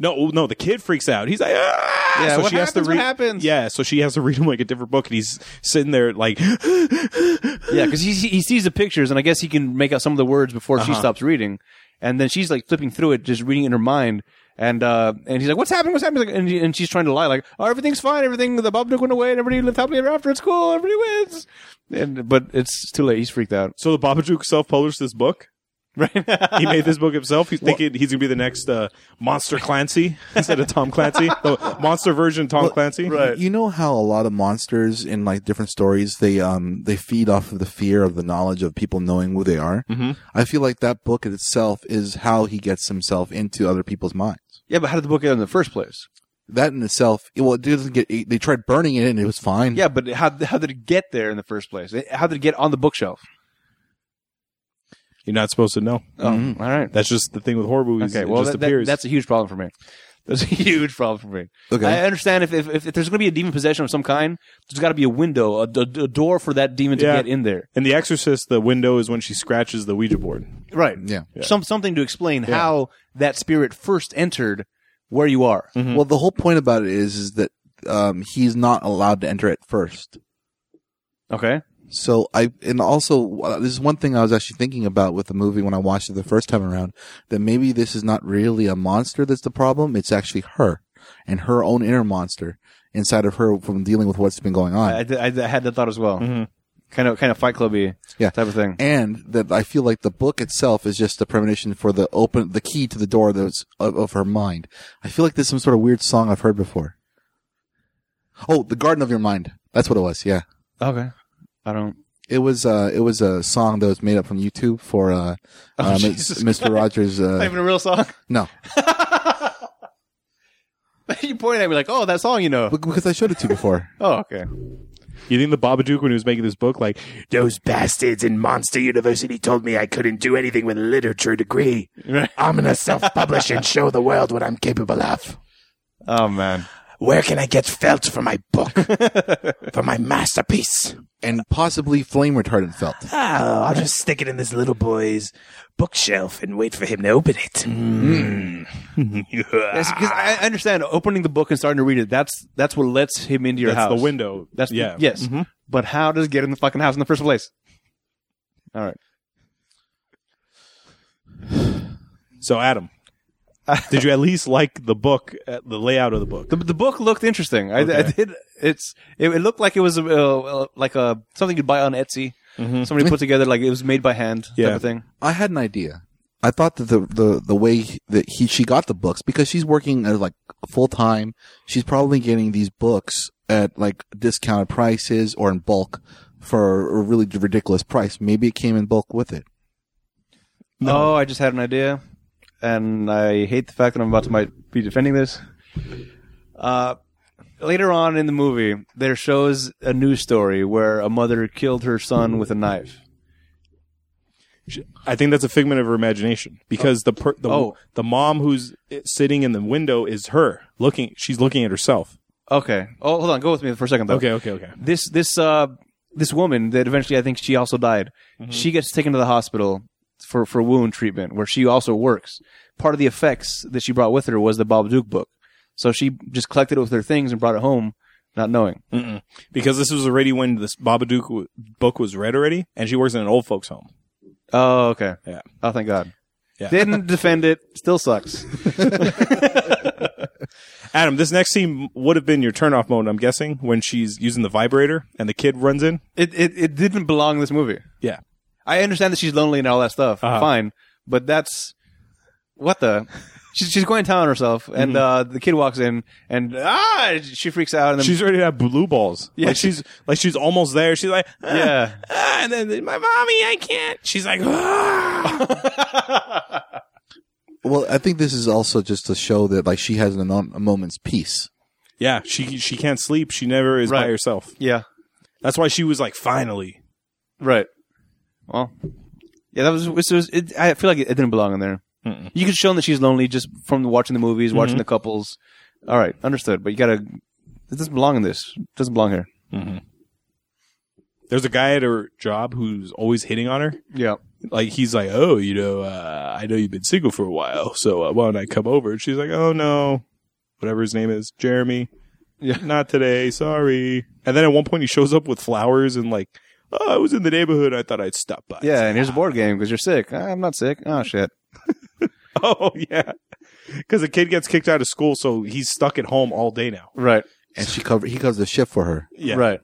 [SPEAKER 1] No, oh, no, the kid freaks out. He's like, ah!
[SPEAKER 2] Yeah,
[SPEAKER 1] so
[SPEAKER 2] what
[SPEAKER 1] she has to
[SPEAKER 2] happens, what
[SPEAKER 1] read.
[SPEAKER 2] happens?
[SPEAKER 1] Yeah, so she has to read him like a different book, and he's sitting there like,
[SPEAKER 2] Yeah, because he, he sees the pictures, and I guess he can make out some of the words before she
[SPEAKER 1] Uh-huh.
[SPEAKER 2] stops reading. And then she's like flipping through it, just reading in her mind. And uh, and he's like, "What's happening? What's happening?" Like, And, he- and she's trying to lie, like, "Oh, everything's fine. Everything. The Babadook went away, and everybody lived happily ever after. It's cool. Everybody wins." And but it's too late. He's freaked out.
[SPEAKER 1] so the Babadook self-published this book.
[SPEAKER 2] Right?
[SPEAKER 1] He made this book himself. He's thinking he's gonna be the next uh, Monster Clancy instead of Tom Clancy, the monster version of Tom Clancy.
[SPEAKER 3] You know how a lot of monsters in like different stories they um they feed off of the fear of the knowledge of people knowing who they are.
[SPEAKER 2] Mm-hmm.
[SPEAKER 1] Mhm.
[SPEAKER 3] I feel like that book itself is how he gets himself into other people's minds.
[SPEAKER 2] yeah, but how did the book get in the first place?
[SPEAKER 3] That in itself, it- well, it doesn't get. They tried burning it and it was fine.
[SPEAKER 2] Yeah, but how how did it get there in the first place? How did it get on the bookshelf?
[SPEAKER 1] You're not supposed to know.
[SPEAKER 2] Oh, all right.
[SPEAKER 1] That's just the thing with horror movies.
[SPEAKER 2] Okay,
[SPEAKER 1] it
[SPEAKER 2] well,
[SPEAKER 1] just
[SPEAKER 2] that, that-
[SPEAKER 1] appears.
[SPEAKER 2] that's a huge problem for me. That's a huge problem for me.
[SPEAKER 3] Okay.
[SPEAKER 2] I understand if, if, if there's going to be a demon possession of some kind, there's got to be a window, a, a- a door for that demon to
[SPEAKER 1] Yeah.
[SPEAKER 2] get in there.
[SPEAKER 1] in The Exorcist, the window is when she scratches the Ouija board.
[SPEAKER 2] Right.
[SPEAKER 3] Yeah.
[SPEAKER 2] Some something to explain how that spirit first entered where you are.
[SPEAKER 3] Well, the whole point about it is is that um he's not allowed to enter at first.
[SPEAKER 2] Mm-hmm. Okay.
[SPEAKER 3] So I and also uh, this is one thing I was actually thinking about with the movie when I watched it the first time around that maybe this is not really a monster that's the problem. It's actually her and her own inner monster inside of her from dealing with what's been going on.
[SPEAKER 2] I, I, I had that thought as well. Kind of kind of Fight Clubby
[SPEAKER 3] Yeah.
[SPEAKER 2] type of thing.
[SPEAKER 3] and that I feel like the book itself is just the premonition for the open, the key to the door that's of, of her mind. I feel like there's some sort of weird song I've heard before. Oh, the garden of your mind. That's what it was. Yeah,
[SPEAKER 2] okay. I don't.
[SPEAKER 3] it was. Uh, it was a song that was made up from YouTube for uh, uh, Mi-
[SPEAKER 2] Jesus
[SPEAKER 3] Mr. Rogers.
[SPEAKER 2] Not
[SPEAKER 3] Uh,
[SPEAKER 2] even a real song.
[SPEAKER 3] no,
[SPEAKER 2] you point at me like, oh, that song, you know.
[SPEAKER 3] Be- because I showed it to you before.
[SPEAKER 2] Oh, okay.
[SPEAKER 1] You think the Babadook when he was making this book, like
[SPEAKER 4] Those bastards in Monster University told me I couldn't do anything with a literature degree. I'm going to self publish and show the world what I'm capable of.
[SPEAKER 2] Oh man.
[SPEAKER 4] Where can I get felt for my book? for my masterpiece?
[SPEAKER 3] and possibly flame retardant felt.
[SPEAKER 4] Oh, I'll just stick it in this little boy's bookshelf and wait for him to open it. Mm.
[SPEAKER 2] Yes, because I I understand opening the book and starting to read it. That's that's what lets him into your
[SPEAKER 1] that's
[SPEAKER 2] house.
[SPEAKER 1] the window.
[SPEAKER 2] That's
[SPEAKER 1] yeah.
[SPEAKER 2] yes. But how does it get in the fucking house in the first place? All right.
[SPEAKER 1] So Adam, did you at least like the book, uh, the layout of the book?
[SPEAKER 2] The, the book looked interesting. I, I
[SPEAKER 1] Okay.
[SPEAKER 2] did. It's it, it looked like it was a, uh, like a something you'd buy on Etsy. Somebody put together like it was made by hand type
[SPEAKER 1] Yeah.
[SPEAKER 2] of thing.
[SPEAKER 3] I had an idea. I thought that the the, the way that he she got the books because she's working uh, like full time, she's probably getting these books at like discounted prices or in bulk for a really ridiculous price. Maybe it came in bulk with it.
[SPEAKER 2] Oh, I just had an idea, and I hate the fact that I'm about to might be defending this. Uh, later on in the movie, there shows a news story where a mother killed her son with a knife.
[SPEAKER 1] I think that's a figment of her imagination because the per- the
[SPEAKER 2] Oh.
[SPEAKER 1] the mom who's sitting in the window is her looking. She's looking at herself.
[SPEAKER 2] Okay. Oh, hold on. Go with me for a second, though.
[SPEAKER 1] Okay, okay, okay.
[SPEAKER 2] This this uh this woman that eventually I think she also died. She gets taken to the hospital for for wound treatment where she also works. Part of the effects that she brought with her was the Bob Duke book. So she just collected it with her things and brought it home, not knowing.
[SPEAKER 1] Mm-mm. Because this was already when this Babadook w- book was read already, and she works in an old folks' home.
[SPEAKER 2] Oh, okay.
[SPEAKER 1] Yeah.
[SPEAKER 2] Oh, thank God.
[SPEAKER 1] Yeah.
[SPEAKER 2] Didn't defend it. Still sucks.
[SPEAKER 1] Adam, this next scene would have been your turnoff mode, I'm guessing, when she's using the vibrator and the kid runs in.
[SPEAKER 2] It it, it didn't belong in this movie.
[SPEAKER 1] Yeah.
[SPEAKER 2] I understand that she's lonely and all that stuff.
[SPEAKER 1] Uh-huh.
[SPEAKER 2] Fine, but that's what the. She's, she's going to town on herself,
[SPEAKER 1] Mm-hmm.
[SPEAKER 2] and uh, the kid walks in, and ah, she freaks out, and then
[SPEAKER 1] She's already had blue balls.
[SPEAKER 2] Yeah,
[SPEAKER 1] like
[SPEAKER 2] she-
[SPEAKER 1] she's like she's almost there. She's like, "Ah,
[SPEAKER 2] yeah,
[SPEAKER 1] ah," and then my mommy, I can't. She's like, ah.
[SPEAKER 3] Well, I think this is also just to show that like she has an, a moment's peace.
[SPEAKER 1] yeah, she she can't sleep. She never is by
[SPEAKER 2] Right.
[SPEAKER 1] herself.
[SPEAKER 2] yeah,
[SPEAKER 1] That's why she was like, finally.
[SPEAKER 2] right. Well, yeah, that was. It was it, I feel like it, it didn't belong in there.
[SPEAKER 1] Mm-mm. Mm-hmm.
[SPEAKER 2] You could show that she's lonely just from watching the movies, watching the couples. All right, understood. But you gotta. It doesn't belong in this. It doesn't belong here.
[SPEAKER 1] There's a guy at her job who's always hitting on her.
[SPEAKER 2] Yeah.
[SPEAKER 1] Like he's like, oh, you know, uh, I know you've been single for a while, so uh, why don't I come over? And she's like, oh no, whatever his name is, Jeremy.
[SPEAKER 2] Yeah.
[SPEAKER 1] not today. Sorry. And then at one point he shows up with flowers and like, oh, I was in the neighborhood. I thought I'd stop by.
[SPEAKER 2] Yeah, and here's a board game because you're sick. Ah, I'm not sick. Oh shit.
[SPEAKER 1] Oh yeah. Because the kid gets kicked out of school, so he's stuck at home all day now.
[SPEAKER 2] Right.
[SPEAKER 3] and she cover he covers the shift for her.
[SPEAKER 1] Yeah.
[SPEAKER 2] Right.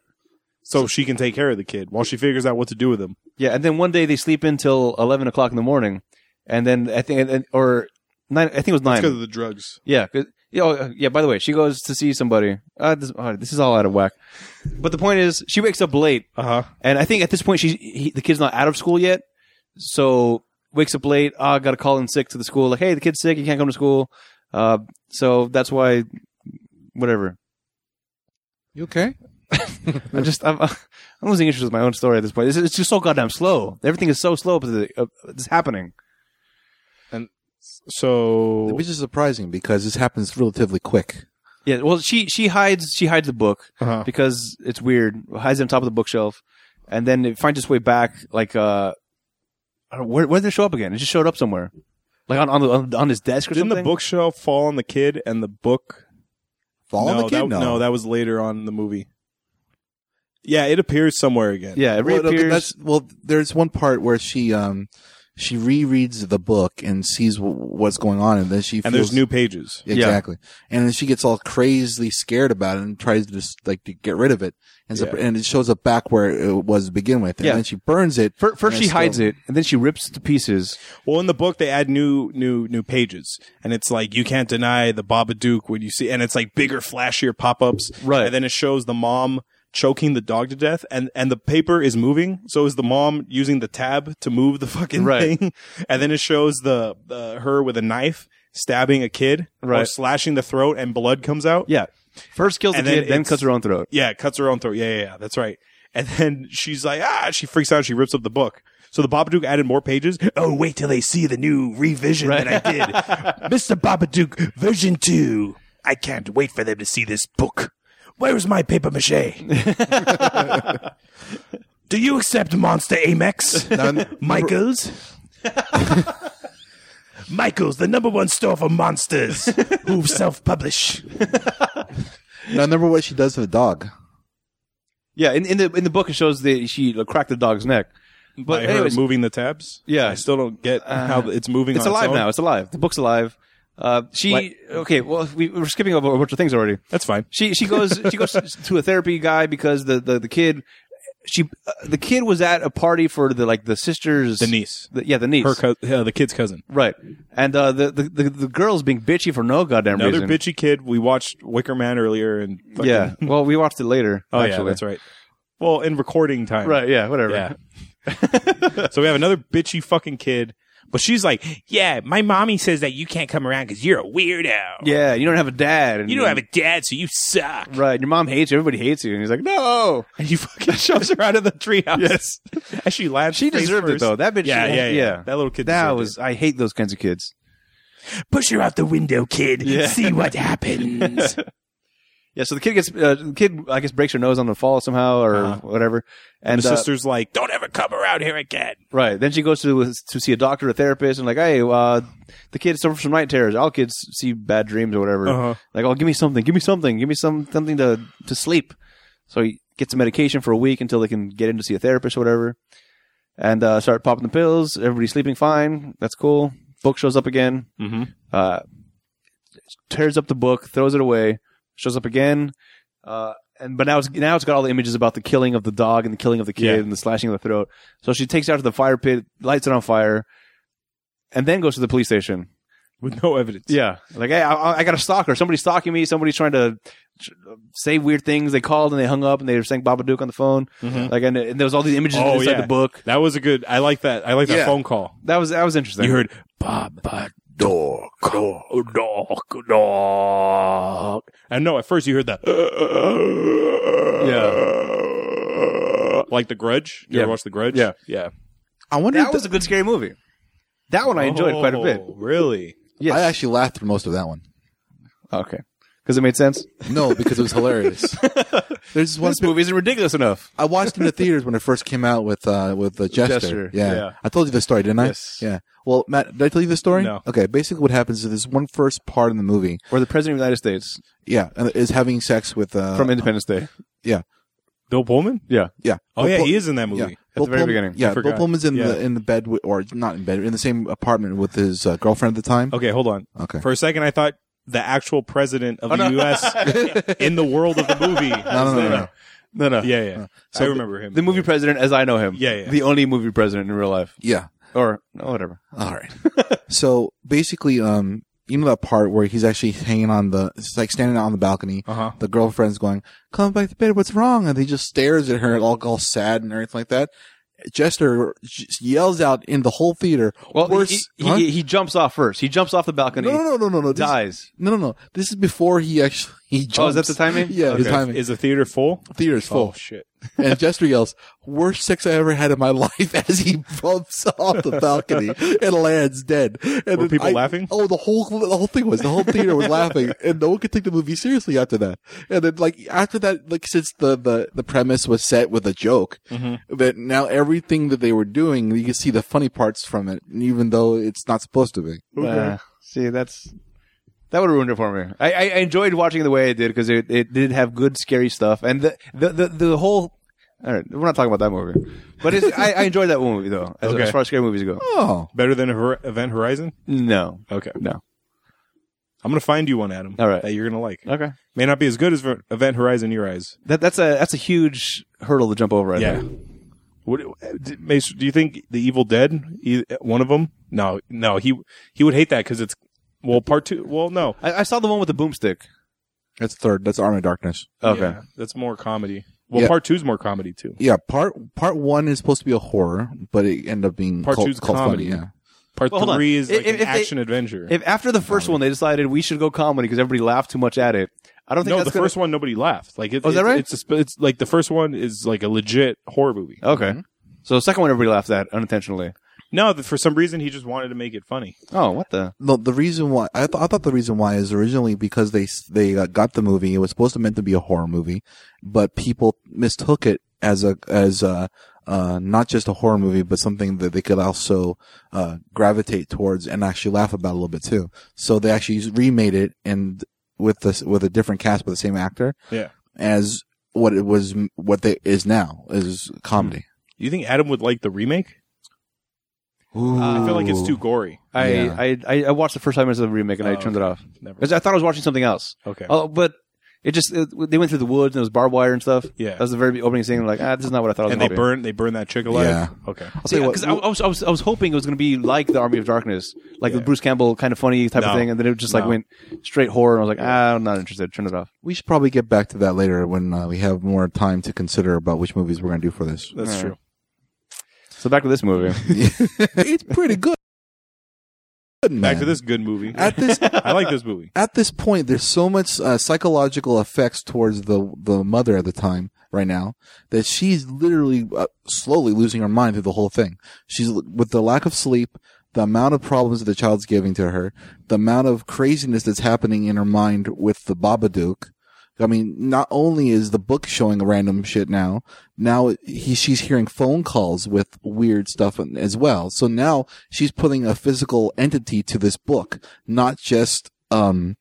[SPEAKER 1] So she can take care of the kid while she figures out what to do with him.
[SPEAKER 2] Yeah, and then one day they sleep in till eleven o'clock in the morning, and then I think and- and- or nine. I think it was nine.
[SPEAKER 1] Because of the drugs.
[SPEAKER 2] Yeah, 'cause- yeah, oh, uh, yeah. By the way, she goes to see somebody. Uh, this, oh, this is all out of whack. But the point is, she wakes up late,
[SPEAKER 1] Uh huh.
[SPEAKER 2] and I think at this point, she he, the kid's not out of school yet, so wakes up late. Ah, got to call in sick to the school. Like, hey, the kid's sick. He can't come to school. Uh, so that's why, whatever.
[SPEAKER 3] You okay?
[SPEAKER 2] I'm just I'm, I'm losing interest with my own story at this point. It's, it's just so goddamn slow. Everything is so slow, but the, uh, it's happening.
[SPEAKER 1] So
[SPEAKER 3] Which is surprising because this happens relatively quick.
[SPEAKER 2] Yeah. Well, she she hides she hides the book.
[SPEAKER 1] uh-huh.
[SPEAKER 2] because it's weird. Hides it on top of the bookshelf, and then it finds its way back. Like, uh, I don't, where, where did it show up again? It just showed up somewhere, like on on, the, on, on his desk or
[SPEAKER 1] didn't the
[SPEAKER 2] something.
[SPEAKER 1] bookshelf fall on the kid and the book?
[SPEAKER 3] Fall on
[SPEAKER 1] no,
[SPEAKER 3] the kid?
[SPEAKER 1] that,
[SPEAKER 3] no.
[SPEAKER 1] that was later on in the movie. Yeah, it appears somewhere again.
[SPEAKER 2] Yeah, it
[SPEAKER 3] Well, no,
[SPEAKER 2] reappears.
[SPEAKER 3] that's- well, there's one part where she um she rereads the book and sees w- what's going on, and then she
[SPEAKER 1] and
[SPEAKER 3] feels,
[SPEAKER 1] there's new pages.
[SPEAKER 3] exactly, and then she gets all crazily scared about it and tries to just like to get rid of it, and so-
[SPEAKER 1] Yeah.
[SPEAKER 3] and it shows up back where it was to begin with, and
[SPEAKER 2] Yeah.
[SPEAKER 3] then she burns it.
[SPEAKER 2] Fir- First,
[SPEAKER 3] and
[SPEAKER 2] she
[SPEAKER 3] it's
[SPEAKER 2] hides
[SPEAKER 3] still-
[SPEAKER 2] it, and then she rips it to pieces.
[SPEAKER 1] Well, in the book, they add new, new, new pages, and it's like you can't deny the Babadook when you see, and it's like bigger, flashier pop-ups,
[SPEAKER 2] Right.
[SPEAKER 1] And then it shows the mom choking the dog to death, and and the paper is moving, so is the mom using the tab to move the fucking
[SPEAKER 2] Right.
[SPEAKER 1] thing, and then it shows the uh, her with a knife stabbing a kid or
[SPEAKER 2] Right.
[SPEAKER 1] slashing the throat, and blood comes out.
[SPEAKER 2] Yeah, first kills
[SPEAKER 1] And
[SPEAKER 2] the
[SPEAKER 1] then
[SPEAKER 2] kid, then
[SPEAKER 1] it's-
[SPEAKER 2] cuts her own throat.
[SPEAKER 1] Yeah, cuts her own throat. Yeah, yeah, yeah, that's right. And then she's like, ah, she freaks out. She rips up the book. So the Babadook added more pages. Oh, wait till they see the new revision that I did, Mister Babadook version two.
[SPEAKER 4] I can't wait for them to see this book. Where's my paper mache? Do you accept Monster Amex?
[SPEAKER 3] Now,
[SPEAKER 4] Michaels? Michaels, the number one store for monsters who self publish.
[SPEAKER 3] now remember what she does to the dog.
[SPEAKER 2] Yeah, in, in the in the book, it shows that she like, cracked the dog's neck. But
[SPEAKER 1] By her
[SPEAKER 2] anyways,
[SPEAKER 1] moving the tabs.
[SPEAKER 2] Yeah. Uh,
[SPEAKER 1] I still don't get how it's moving.
[SPEAKER 2] it's
[SPEAKER 1] on
[SPEAKER 2] alive
[SPEAKER 1] its own.
[SPEAKER 2] now. It's alive. The book's alive. Uh, she okay. Well, we, we're skipping over a bunch of things already.
[SPEAKER 1] That's fine.
[SPEAKER 2] She she goes she goes to a therapy guy because the the, the kid she uh, the kid was at a party for the like the sisters
[SPEAKER 1] The niece,
[SPEAKER 2] The- yeah the niece
[SPEAKER 1] her, cou- yeah, uh, the kid's cousin.
[SPEAKER 2] right and uh, the, the the the girl's being bitchy for no goddamn
[SPEAKER 1] Another
[SPEAKER 2] reason
[SPEAKER 1] bitchy kid. We watched Wicker Man earlier, and fucking-
[SPEAKER 2] yeah well we watched it later
[SPEAKER 1] oh
[SPEAKER 2] actually
[SPEAKER 1] yeah, that's right. Well, in recording time,
[SPEAKER 2] right yeah whatever
[SPEAKER 1] Yeah. so we have another bitchy fucking kid, but she's like,
[SPEAKER 4] Yeah, my mommy says that you can't come around because you're a weirdo.
[SPEAKER 2] yeah you don't have a dad and
[SPEAKER 4] You don't have a dad, so you suck.
[SPEAKER 2] right your mom hates you everybody hates you and he's like no
[SPEAKER 1] and he fucking shoves her out of the treehouse. Yes. and she laughs.
[SPEAKER 2] she
[SPEAKER 1] face
[SPEAKER 2] deserved it
[SPEAKER 1] first.
[SPEAKER 2] though that bitch
[SPEAKER 1] Yeah, yeah, yeah,
[SPEAKER 2] yeah
[SPEAKER 1] That little kid.
[SPEAKER 2] that
[SPEAKER 1] deserved
[SPEAKER 2] was
[SPEAKER 1] it.
[SPEAKER 2] I hate those kinds of kids
[SPEAKER 4] Push her out the window, kid.
[SPEAKER 2] Yeah.
[SPEAKER 4] See what happens.
[SPEAKER 2] yeah so the kid gets uh, the kid I guess breaks her nose on the fall somehow or
[SPEAKER 1] Uh-huh.
[SPEAKER 2] whatever and
[SPEAKER 1] the
[SPEAKER 2] uh,
[SPEAKER 1] sister's like,
[SPEAKER 4] don't ever come around here again.
[SPEAKER 2] Right. Then she goes to to see a doctor, a therapist, and like, hey, uh, the kid suffers from night terrors. All kids see bad dreams or whatever.
[SPEAKER 1] Uh-huh.
[SPEAKER 2] Like, oh, give me something, give me something, give me some something to to sleep. So he gets some medication for a week until they can get in to see a therapist or whatever, and uh, start popping the pills. Everybody's sleeping fine. That's cool. Book shows up again.
[SPEAKER 1] Mhm.
[SPEAKER 2] Uh, tears up the book, throws it away. Shows up again. Uh, and but now it's now it's got all the images about the killing of the dog and the killing of the kid
[SPEAKER 1] Yeah.
[SPEAKER 2] and the slashing of the throat. So she takes it out to the fire pit, lights it on fire, and then goes to the police station.
[SPEAKER 1] with no evidence.
[SPEAKER 2] Yeah, like hey, I, I got a stalker. Somebody's stalking me. Somebody's trying to tr- say weird things. They called and they hung up and they were saying Baba Duke on the phone.
[SPEAKER 1] Mhm.
[SPEAKER 2] Like and, and there was all these images
[SPEAKER 1] Oh,
[SPEAKER 2] inside
[SPEAKER 1] yeah.
[SPEAKER 2] the book.
[SPEAKER 1] That was a good. I like that. I like that
[SPEAKER 3] Yeah.
[SPEAKER 1] phone call.
[SPEAKER 2] That was that was interesting.
[SPEAKER 1] You heard
[SPEAKER 4] Baba dog, dog, dog, dog.
[SPEAKER 1] I know at first you heard that. Yeah. Like the Grudge. You
[SPEAKER 2] Yeah.
[SPEAKER 1] ever watch the Grudge?
[SPEAKER 2] Yeah.
[SPEAKER 1] Yeah.
[SPEAKER 3] I wonder
[SPEAKER 2] that
[SPEAKER 3] if
[SPEAKER 2] was a good scary movie. That one I enjoyed quite a bit.
[SPEAKER 1] Oh, Really?
[SPEAKER 2] Yes. Oh,
[SPEAKER 3] I actually laughed through most of that one.
[SPEAKER 2] okay. Because it made sense.
[SPEAKER 3] No, because it was hilarious. There's this one
[SPEAKER 2] This movie isn't ridiculous enough.
[SPEAKER 3] I watched it in the theaters when it first came out with uh, with the Jester.
[SPEAKER 2] Jester,
[SPEAKER 3] Yeah.
[SPEAKER 2] yeah.
[SPEAKER 3] I told you the story, didn't I?
[SPEAKER 2] Yes.
[SPEAKER 3] Yeah. Well, Matt, did I tell you the story?
[SPEAKER 1] No.
[SPEAKER 3] Okay. Basically, what happens is there's one first part in the movie.
[SPEAKER 2] Or the president of the United States
[SPEAKER 3] Yeah, and is having sex with uh,
[SPEAKER 2] from Independence Day.
[SPEAKER 3] yeah,
[SPEAKER 1] Bill Pullman?
[SPEAKER 2] Yeah.
[SPEAKER 3] yeah.
[SPEAKER 1] Oh,
[SPEAKER 3] Bill
[SPEAKER 1] yeah,
[SPEAKER 3] Pull-
[SPEAKER 1] he is in that
[SPEAKER 3] yeah.
[SPEAKER 1] movie.
[SPEAKER 3] Bill
[SPEAKER 2] the very
[SPEAKER 3] Pull-
[SPEAKER 2] beginning. I
[SPEAKER 3] Yeah, Bill
[SPEAKER 1] forgot.
[SPEAKER 3] Pullman's in
[SPEAKER 1] Yeah.
[SPEAKER 3] the in the bed with, or not in bed in the same apartment with his uh, girlfriend at the time.
[SPEAKER 1] Okay, hold on.
[SPEAKER 2] Oh.
[SPEAKER 3] Okay.
[SPEAKER 1] For a second, I thought the actual president of the U.S. in the world of the movie.
[SPEAKER 3] No, no, no, no, no.
[SPEAKER 2] No, no.
[SPEAKER 1] Yeah, yeah. I remember him.
[SPEAKER 2] The movie president as I know him.
[SPEAKER 1] Yeah, yeah.
[SPEAKER 2] The only movie president in real life.
[SPEAKER 3] Yeah.
[SPEAKER 2] Or, no, whatever.
[SPEAKER 3] All right. so basically, um, you know that part where he's actually hanging on the, it's like standing out on the balcony.
[SPEAKER 1] Uh-huh.
[SPEAKER 3] The girlfriend's going, "Come back to bed. What's wrong?" And he just stares at her, all, all sad and everything like that. Jester just yells out in the whole theater.
[SPEAKER 2] Well,
[SPEAKER 3] "Worse-
[SPEAKER 2] he, he,
[SPEAKER 3] huh?"
[SPEAKER 2] he, he jumps off first. He jumps off the balcony.
[SPEAKER 3] no, no, no, no, no, no. This,
[SPEAKER 2] Dies.
[SPEAKER 3] No, no, no. This is before he actually he jumps.
[SPEAKER 2] Oh, is that the timing?
[SPEAKER 3] Yeah, the timing.
[SPEAKER 1] Is the theater full?
[SPEAKER 3] Theater's full.
[SPEAKER 1] Oh, shit.
[SPEAKER 3] And Jester yells, "Worst sex I ever had in my life!" As he bumps off the balcony and lands dead. And
[SPEAKER 1] Were
[SPEAKER 3] then
[SPEAKER 1] people
[SPEAKER 3] I-
[SPEAKER 1] laughing?
[SPEAKER 3] Oh, the whole the whole thing was the whole theater was laughing, and no one could take the movie seriously after that. And then, like after that, like since the the, the premise was set with a joke,
[SPEAKER 1] Mm-hmm.
[SPEAKER 3] that now everything that they were doing, you can see the funny parts from it, even though it's not supposed to be.
[SPEAKER 2] Uh, see, that's that would have ruined it for me. I, I I enjoyed watching it the way I did because it, it did have good scary stuff, and the the the, the whole. All right, we're not talking about that movie, but it's, I, I enjoyed that movie though. As,
[SPEAKER 1] Okay.
[SPEAKER 2] as far as scary movies go,
[SPEAKER 3] Oh,
[SPEAKER 1] Better than Hor- Event Horizon?
[SPEAKER 2] no.
[SPEAKER 1] Okay.
[SPEAKER 2] No.
[SPEAKER 1] I'm going to find you one, Adam.
[SPEAKER 2] All right.
[SPEAKER 1] That you're going to like.
[SPEAKER 2] Okay,
[SPEAKER 1] May not be as good as Ver- Event Horizon in your eyes.
[SPEAKER 2] that that's a that's a huge hurdle to jump over. I
[SPEAKER 1] Yeah.
[SPEAKER 2] think.
[SPEAKER 1] What, d- Mace, do you think the Evil Dead, e- one of them? No, no. He he would hate that because it's well, part two. Well, no.
[SPEAKER 2] I, I saw the one with the boomstick.
[SPEAKER 3] that's third. That's Arm of Darkness.
[SPEAKER 2] Okay,
[SPEAKER 1] Yeah, that's more comedy. Well,
[SPEAKER 3] Yeah.
[SPEAKER 1] part two's more comedy too.
[SPEAKER 3] Yeah, part part one is supposed to be a horror, but it ended up being
[SPEAKER 1] Part
[SPEAKER 3] cult,
[SPEAKER 1] two's
[SPEAKER 3] cult
[SPEAKER 1] comedy.
[SPEAKER 3] Funny, yeah.
[SPEAKER 1] Part
[SPEAKER 2] Well, hold on.
[SPEAKER 1] three is like
[SPEAKER 2] If-
[SPEAKER 1] an
[SPEAKER 2] if they-
[SPEAKER 1] action adventure.
[SPEAKER 2] if after the first one they decided we should go comedy because everybody laughed too much at it, I don't think
[SPEAKER 1] no, the
[SPEAKER 2] that's gonna-
[SPEAKER 1] first one nobody laughed. Like, it,
[SPEAKER 2] Oh, is that
[SPEAKER 1] it-
[SPEAKER 2] right?
[SPEAKER 1] It's, a, sp- it's like the first one is like a legit horror movie.
[SPEAKER 2] Okay, so the second one everybody laughed at unintentionally.
[SPEAKER 1] No, th- for some reason he just wanted to make it funny.
[SPEAKER 2] Oh, what the?
[SPEAKER 3] No, the reason why I, th- I thought the reason why is originally because they s- they uh, got the movie. It was supposed to meant to be a horror movie, but people mistook it as a as a uh, not just a horror movie, but something that they could also uh, gravitate towards and actually laugh about a little bit too. So they actually remade it and with this with a different cast, but the same actor
[SPEAKER 1] Yeah.
[SPEAKER 3] as what it was what they is now is comedy.
[SPEAKER 1] You think Adam would like the remake? Uh, I feel like it's
[SPEAKER 3] Ooh.
[SPEAKER 1] too gory.
[SPEAKER 2] I,
[SPEAKER 3] Yeah.
[SPEAKER 2] I, I I watched the first five minutes of the remake and
[SPEAKER 1] Oh,
[SPEAKER 2] I turned it off
[SPEAKER 1] Never.
[SPEAKER 2] 'Cause I thought I was watching something else.
[SPEAKER 1] Okay.
[SPEAKER 2] Oh, but it just it, they went through the woods and it was barbed wire and stuff.
[SPEAKER 1] Yeah.
[SPEAKER 2] that was the very opening scene. I'm like, ah, this is not what I thought.
[SPEAKER 1] and
[SPEAKER 2] it
[SPEAKER 1] they
[SPEAKER 2] was
[SPEAKER 1] burn they burn that chick alive.
[SPEAKER 3] Yeah.
[SPEAKER 1] Okay.
[SPEAKER 3] I'll tell you what,
[SPEAKER 2] Because I, I was I was I was hoping it was going to be like the Army of Darkness, like the
[SPEAKER 1] Yeah.
[SPEAKER 2] Bruce Campbell kind of funny type
[SPEAKER 1] No.
[SPEAKER 2] of thing, and then it just like
[SPEAKER 1] No.
[SPEAKER 2] went straight horror. And I was like, ah, I'm not interested. Turn it off.
[SPEAKER 3] We should probably get back to that later when uh, we have more time to consider about which movies we're going to do for this.
[SPEAKER 1] That's
[SPEAKER 2] All
[SPEAKER 1] true.
[SPEAKER 2] So back to this movie.
[SPEAKER 3] it's pretty good. man.
[SPEAKER 1] Back to this good movie.
[SPEAKER 3] At this
[SPEAKER 1] I like this movie.
[SPEAKER 3] at this point, there's so much uh, psychological effects towards the the mother at the time right now that she's literally uh, slowly losing her mind through the whole thing. She's with the lack of sleep, the amount of problems that the child's giving to her, the amount of craziness that's happening in her mind with the Babadook. I mean, not only is the book showing random shit now, now he, she's hearing phone calls with weird stuff in- as well. So now she's putting a physical entity to this book, not just, um,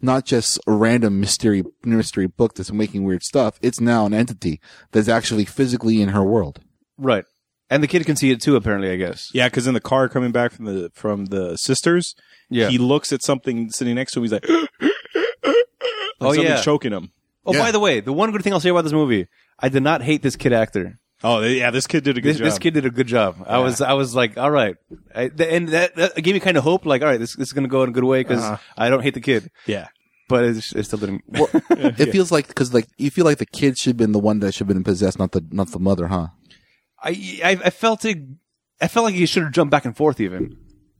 [SPEAKER 3] not just a random mystery, mystery book that's making weird stuff. It's now an entity that's actually physically in her world.
[SPEAKER 2] right. And the kid can see it too. Apparently, I guess.
[SPEAKER 1] Yeah, because in the car coming back from the from the sisters,
[SPEAKER 2] Yeah.
[SPEAKER 1] he looks at something sitting next to him. He's like, like
[SPEAKER 2] Oh,
[SPEAKER 1] something
[SPEAKER 2] yeah.
[SPEAKER 1] choking him.
[SPEAKER 2] oh,
[SPEAKER 3] Yeah.
[SPEAKER 2] by the way, the one good thing I'll say about this movie, I did not hate this kid actor.
[SPEAKER 1] Oh yeah, this kid did a good
[SPEAKER 2] this,
[SPEAKER 1] job.
[SPEAKER 2] this kid did a good job. I was I was like, all right, I, th- and that, that gave me kind of hope. Like, all right, this, this is gonna go in a good way because I don't hate the kid,
[SPEAKER 1] yeah,
[SPEAKER 2] but it, it still didn't.
[SPEAKER 3] Well, it feels like, cause like, you feel like the kid should have been the one that should have been possessed, not the, not the mother, huh?
[SPEAKER 2] I, I I felt it. I felt like he should have jumped back and forth. Even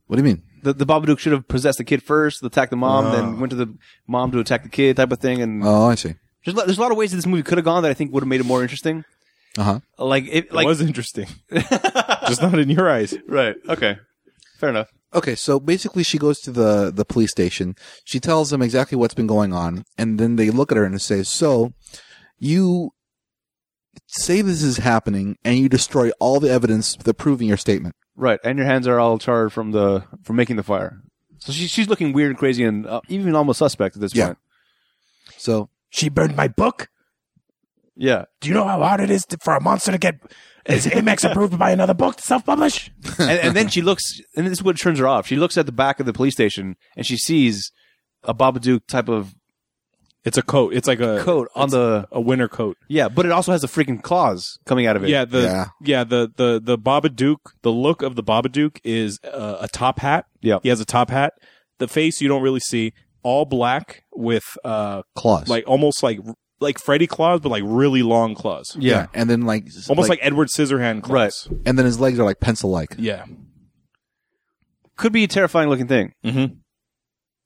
[SPEAKER 3] What do you mean?
[SPEAKER 2] the the Babadook should have possessed the kid first, attacked the mom, then went to the mom to attack the kid, type of thing. And
[SPEAKER 3] Oh, I see.
[SPEAKER 2] there's, a lot- there's a lot of ways that this movie could have gone that I think would have made it more interesting.
[SPEAKER 3] Uh huh.
[SPEAKER 2] Like it,
[SPEAKER 1] it
[SPEAKER 2] like
[SPEAKER 1] was interesting. Just not in your eyes.
[SPEAKER 2] right, okay. fair enough.
[SPEAKER 3] Okay, so basically she goes to the, the police station. She tells them exactly what's been going on, and then they look at her and they say, So you say this is happening and you destroy all the evidence that proving your statement.
[SPEAKER 2] Right, and your hands are all charred from the from making the fire. So she, she's looking weird and crazy and uh, even almost suspect at this
[SPEAKER 3] Yeah.
[SPEAKER 2] point.
[SPEAKER 3] So
[SPEAKER 4] She burned my book.
[SPEAKER 2] Yeah,
[SPEAKER 4] Do you know how hard it is to, for a monster to get is Amex approved by another book to self-publish?
[SPEAKER 2] and, and then she looks, and this is what turns her off. She looks at the back of the police station and she sees a Babadook type of
[SPEAKER 1] It's a coat. It's like a
[SPEAKER 2] coat on the
[SPEAKER 1] a winter coat.
[SPEAKER 2] yeah, but it also has the freaking claws coming out of it.
[SPEAKER 1] Yeah, the
[SPEAKER 3] Yeah.
[SPEAKER 1] yeah, the the the Babadook. The look of the Babadook is uh, a top hat.
[SPEAKER 2] Yeah.
[SPEAKER 1] he has a top hat. The face you don't really see. All black with uh
[SPEAKER 3] claws.
[SPEAKER 1] like almost like like Freddy claws, but like really long claws.
[SPEAKER 2] yeah.
[SPEAKER 3] And then like
[SPEAKER 1] Almost like, Edward Scissorhand claws. Right.
[SPEAKER 3] and then his legs are like pencil like.
[SPEAKER 1] Yeah.
[SPEAKER 2] could be a terrifying looking thing,
[SPEAKER 1] Mm-hmm.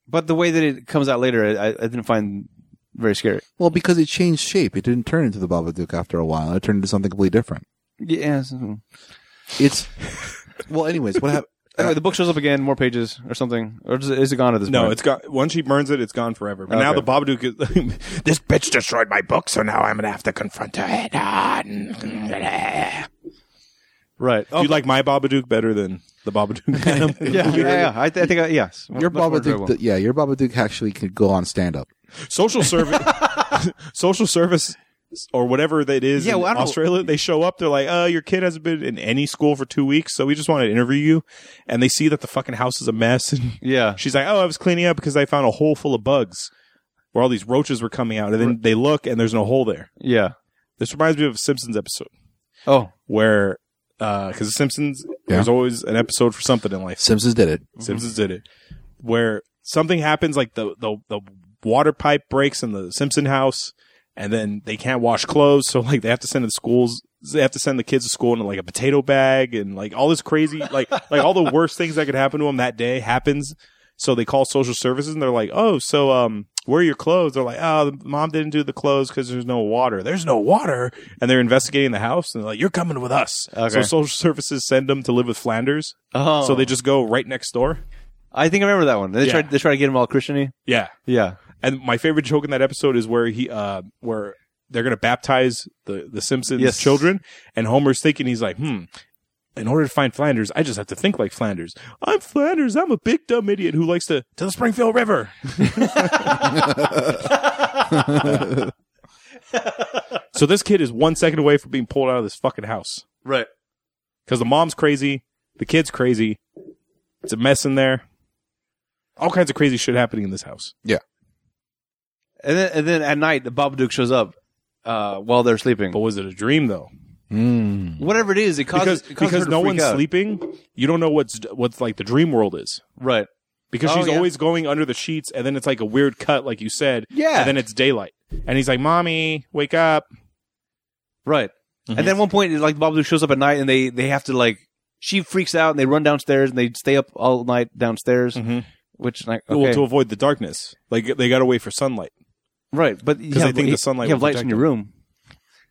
[SPEAKER 2] but the way that it comes out later, I, I didn't find very scary.
[SPEAKER 3] Well, because it changed shape. It didn't turn into the Babadook after a while. It turned into something completely different.
[SPEAKER 2] Yeah. so-
[SPEAKER 3] It's well anyways, what happened
[SPEAKER 2] Anyway, the book shows up again, more pages or something, or is it, is it gone at this
[SPEAKER 1] No,
[SPEAKER 2] point?
[SPEAKER 1] Oh, it's got once she burns it, it's gone forever. But now
[SPEAKER 2] Okay.
[SPEAKER 1] the Babadook is
[SPEAKER 4] This bitch destroyed my book, so now I'm gonna have to confront her head on.
[SPEAKER 2] right.
[SPEAKER 1] Do you like my Babadook better than the Babadook? Venom?
[SPEAKER 2] yeah, yeah, yeah. I, th- I think I, yes.
[SPEAKER 3] your
[SPEAKER 2] Much more
[SPEAKER 3] Babadook
[SPEAKER 2] enjoyable.
[SPEAKER 3] th- yeah, your Babadook actually could go on stand up.
[SPEAKER 1] Social service, social service, or whatever that is
[SPEAKER 2] Yeah,
[SPEAKER 1] in
[SPEAKER 2] well, I don't-
[SPEAKER 1] Australia. They show up. They're like, "Uh, your kid hasn't been in any school for two weeks, so we just want to interview you." And they see that the fucking house is a mess. And
[SPEAKER 2] yeah.
[SPEAKER 1] she's like, "Oh, I was cleaning up because I found a hole full of bugs, where all these roaches were coming out." And then they look, and there's no hole there.
[SPEAKER 2] Yeah.
[SPEAKER 1] This reminds me of a Simpsons episode
[SPEAKER 2] Oh,
[SPEAKER 1] where, because the Simpsons,
[SPEAKER 3] Yeah.
[SPEAKER 1] there's always an episode for something in life.
[SPEAKER 3] Simpsons did it.
[SPEAKER 1] Simpsons
[SPEAKER 2] Mm-hmm.
[SPEAKER 1] did it, where something happens like the the the water pipe breaks in the Simpson house, and then they can't wash clothes, so like they have to send the schools. They have to send the kids to school in like a potato bag and like all this crazy, like like all the worst things that could happen to them that day happens. So they call social services and they're like, "Oh, so um, where are your clothes?" They're like, "Oh, the mom didn't do the clothes because there's no water. There's no water." And they're investigating the house and they're like, "You're coming with us."
[SPEAKER 2] Okay.
[SPEAKER 1] So social services send them to live with Flanders.
[SPEAKER 2] oh.
[SPEAKER 1] So they just go right next door.
[SPEAKER 2] I think I remember that one. They
[SPEAKER 1] Yeah.
[SPEAKER 2] tried. They tried to get him all Christiany.
[SPEAKER 1] Yeah.
[SPEAKER 2] Yeah.
[SPEAKER 1] And my favorite joke in that episode is where he uh where they're gonna baptize the the Simpsons
[SPEAKER 2] Yes.
[SPEAKER 1] children, and Homer's thinking he's like, hmm. In order to find Flanders, I just have to think like Flanders. I'm Flanders. I'm a big dumb idiot who likes to to the Springfield River. so this kid is one second away from being pulled out of this fucking house
[SPEAKER 2] Right.
[SPEAKER 1] because the mom's crazy, the kid's crazy. It's a mess in there. All kinds of crazy shit happening in this house.
[SPEAKER 2] And then, and then at night, the Babadook shows up uh, while they're sleeping.
[SPEAKER 1] But was it a dream though?
[SPEAKER 3] Mm.
[SPEAKER 2] Whatever it is, it
[SPEAKER 1] because
[SPEAKER 2] causes it
[SPEAKER 1] because
[SPEAKER 2] causes her to
[SPEAKER 1] no
[SPEAKER 2] freak
[SPEAKER 1] one's
[SPEAKER 2] out.
[SPEAKER 1] sleeping, you don't know what's what's like the dream world is.
[SPEAKER 2] Right.
[SPEAKER 1] Because
[SPEAKER 2] Oh,
[SPEAKER 1] she's
[SPEAKER 2] yeah.
[SPEAKER 1] always going under the sheets, and then it's like a weird cut, like you said.
[SPEAKER 2] Yeah.
[SPEAKER 1] And then it's daylight, and he's like, "Mommy, wake up!"
[SPEAKER 2] Right. And then at one point, like the Babadook shows up at night, and they they have to like she freaks out, and they run downstairs, and they stay up all night downstairs,
[SPEAKER 1] Mhm.
[SPEAKER 2] which like
[SPEAKER 1] Well,
[SPEAKER 2] okay.
[SPEAKER 1] to avoid the darkness, like they got to wait for sunlight.
[SPEAKER 2] right, but you
[SPEAKER 1] 'Cause
[SPEAKER 2] have,
[SPEAKER 1] I think the sunlight
[SPEAKER 2] you have
[SPEAKER 1] will
[SPEAKER 2] lights
[SPEAKER 1] protect
[SPEAKER 2] in your room.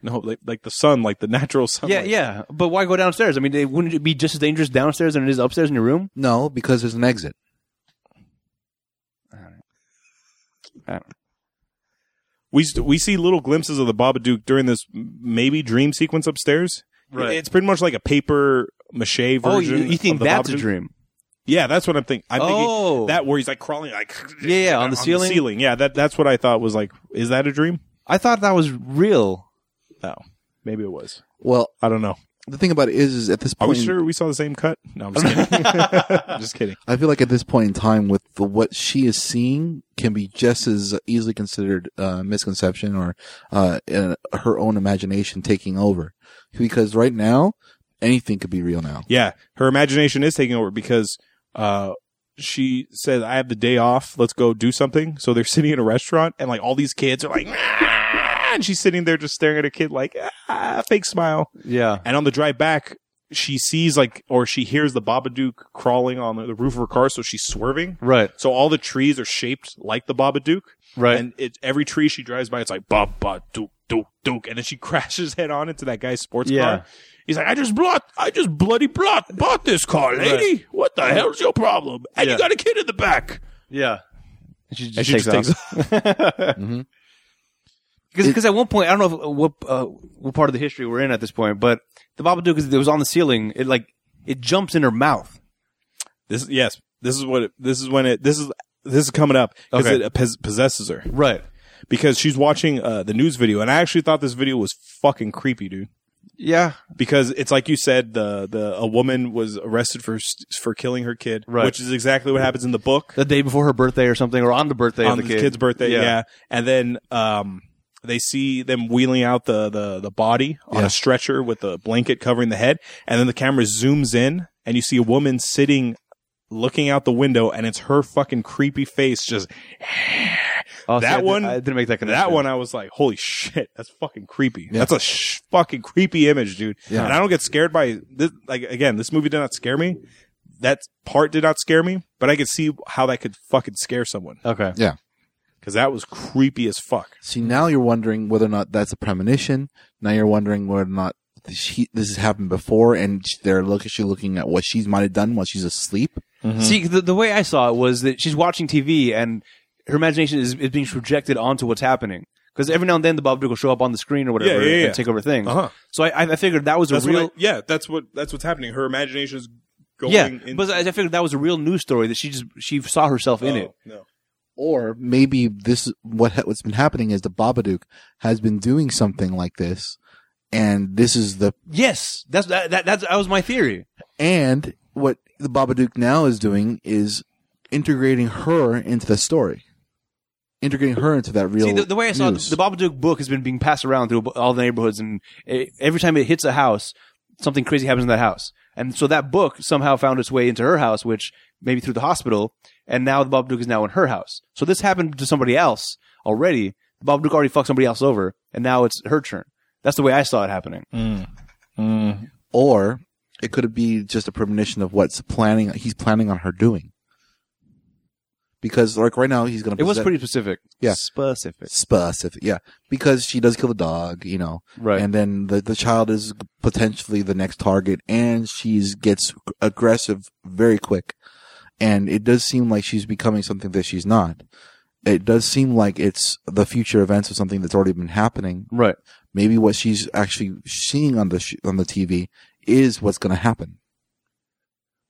[SPEAKER 1] No, like, like the sun, like the natural sunlight.
[SPEAKER 2] Yeah, yeah, but why go downstairs? I mean, they, wouldn't it be just as dangerous downstairs than it is upstairs in your room?
[SPEAKER 3] No, because there's an exit.
[SPEAKER 1] We s- we see little glimpses of the Babadook during this m- maybe dream sequence upstairs.
[SPEAKER 2] Right.
[SPEAKER 1] It's pretty much like a paper mache version.
[SPEAKER 2] Oh, you, you
[SPEAKER 1] of
[SPEAKER 2] think
[SPEAKER 1] the
[SPEAKER 2] that's a
[SPEAKER 1] Babadook.
[SPEAKER 2] dream?
[SPEAKER 1] Yeah, that's what I'm thinking. I'm
[SPEAKER 2] Oh.
[SPEAKER 1] thinking that where he's like crawling, like
[SPEAKER 2] Yeah, yeah, on the ceiling?
[SPEAKER 1] ceiling. Yeah, that that's what I thought was like. Is that a dream?
[SPEAKER 2] I thought that was real.
[SPEAKER 1] No, maybe it was.
[SPEAKER 3] Well,
[SPEAKER 1] I don't know.
[SPEAKER 3] the thing about it is, is at this
[SPEAKER 1] Are
[SPEAKER 3] point,
[SPEAKER 1] we sure we saw the same cut? No, I'm just kidding. I'm just kidding.
[SPEAKER 3] I feel like at this point in time, with the, what she is seeing, can be just as easily considered uh, misconception or uh, uh, her own imagination taking over. Because right now, anything could be real now.
[SPEAKER 1] Yeah, her imagination is taking over because uh, she says, "I have the day off. Let's go do something." So they're sitting in a restaurant, and like all these kids are like, "Ah!" and she's sitting there just staring at a kid, like ah, fake smile.
[SPEAKER 2] Yeah.
[SPEAKER 1] And on the drive back, she sees like or she hears the Babadook crawling on the roof of her car, so she's swerving.
[SPEAKER 2] Right.
[SPEAKER 1] So all the trees are shaped like the Babadook,
[SPEAKER 2] Right.
[SPEAKER 1] and it, every tree she drives by, it's like Babadook, Duke, Duke, and then she crashes head on into that guy's sports
[SPEAKER 2] Yeah.
[SPEAKER 1] car. He's like, I just bought, I just bloody bought, bought this car, lady. What the hell's your problem? And
[SPEAKER 2] Yeah.
[SPEAKER 1] you got a kid in the back.
[SPEAKER 2] yeah. And she just,
[SPEAKER 1] And she
[SPEAKER 2] takes,
[SPEAKER 1] just takes
[SPEAKER 2] off. Because at one point, I don't know if, uh, what uh, what part of the history we're in at this point, but the Babadook is, it was on the ceiling. It like it jumps in her mouth.
[SPEAKER 1] This yes, this is what it, this is when it this is this is coming up because
[SPEAKER 2] Okay.
[SPEAKER 1] it pos- possesses her
[SPEAKER 2] Right.
[SPEAKER 1] because she's watching uh, the news video and I actually thought this video was fucking creepy, dude.
[SPEAKER 2] Yeah.
[SPEAKER 1] Because it's like you said, the the a woman was arrested for st- for killing her kid,
[SPEAKER 2] Right.
[SPEAKER 1] which is exactly what happens in the book
[SPEAKER 2] The day before her birthday or something, or on the birthday
[SPEAKER 1] on
[SPEAKER 2] of
[SPEAKER 1] the
[SPEAKER 2] the kid.
[SPEAKER 1] kid's birthday.
[SPEAKER 2] Yeah.
[SPEAKER 1] Yeah. and then um, they see them wheeling out the the the body on
[SPEAKER 3] Yeah.
[SPEAKER 1] a stretcher with a blanket covering the head, and then the camera zooms in and you see a woman sitting. Looking out the window, and it's her fucking creepy face just
[SPEAKER 2] Oh, see,
[SPEAKER 1] That
[SPEAKER 2] I did-
[SPEAKER 1] one-
[SPEAKER 2] I didn't make that connection.
[SPEAKER 1] That one, I was like, "Holy shit, that's fucking creepy.
[SPEAKER 3] Yeah.
[SPEAKER 1] That's a sh- fucking creepy image, dude."
[SPEAKER 3] Yeah.
[SPEAKER 1] And I don't get scared by this. Like again, this movie did not scare me. That part did not scare me, but I could see how that could fucking scare someone
[SPEAKER 2] Okay.
[SPEAKER 1] because that was creepy as fuck.
[SPEAKER 3] See, now you're wondering whether or not that's a premonition. Now you're wondering whether or not she, this has happened before, and they're looking. She's looking at what she might have done while she's asleep.
[SPEAKER 1] Mm-hmm.
[SPEAKER 2] See, the, the way I saw it was that she's watching TV and her imagination is, is being projected onto what's happening. Because every now and then the Babadook will show up on the screen or whatever
[SPEAKER 1] yeah, yeah.
[SPEAKER 2] and take over things.
[SPEAKER 1] Uh-huh.
[SPEAKER 2] So I, I figured that was a
[SPEAKER 1] That's
[SPEAKER 2] real.
[SPEAKER 1] what I- yeah, that's what that's what's happening. Her imagination is going.
[SPEAKER 2] yeah,
[SPEAKER 1] in-
[SPEAKER 2] but I I figured that was a real news story that she just she saw herself in
[SPEAKER 1] Oh,
[SPEAKER 2] it.
[SPEAKER 1] No.
[SPEAKER 3] Or maybe this what ha- what's been happening is the Babadook has been doing something like this, and this is the
[SPEAKER 2] Yes, that's that, that that's that was my theory.
[SPEAKER 3] and what the Babadook now is doing is integrating her into the story, integrating her into that real.
[SPEAKER 2] See, the, the way I saw it,
[SPEAKER 3] news.
[SPEAKER 2] the Babadook book has been being passed around through all the neighborhoods, and eh, every time it hits a house, something crazy happens in that house. And so that book somehow found its way into her house, which maybe through the hospital, and now the Babadook is now in her house. So this happened to somebody else already. The Babadook already fucked somebody else over, and now it's her turn. That's the way I saw it happening.
[SPEAKER 3] Mm-hmm. or it could be just a premonition of what's planning he's planning on her doing. Because like right now he's gonna
[SPEAKER 2] It was
[SPEAKER 3] possess-
[SPEAKER 2] pretty specific.
[SPEAKER 3] Yeah.
[SPEAKER 2] Specific.
[SPEAKER 3] specific, yeah. Because she does kill the dog, you know,
[SPEAKER 2] Right.
[SPEAKER 3] and then the the child is potentially the next target, and she's gets aggressive very quick, and it does seem like she's becoming something that she's not. It does seem like it's the future events of something that's already been happening.
[SPEAKER 2] right.
[SPEAKER 3] Maybe what she's actually seeing on the sh- on the TV is what's going to happen.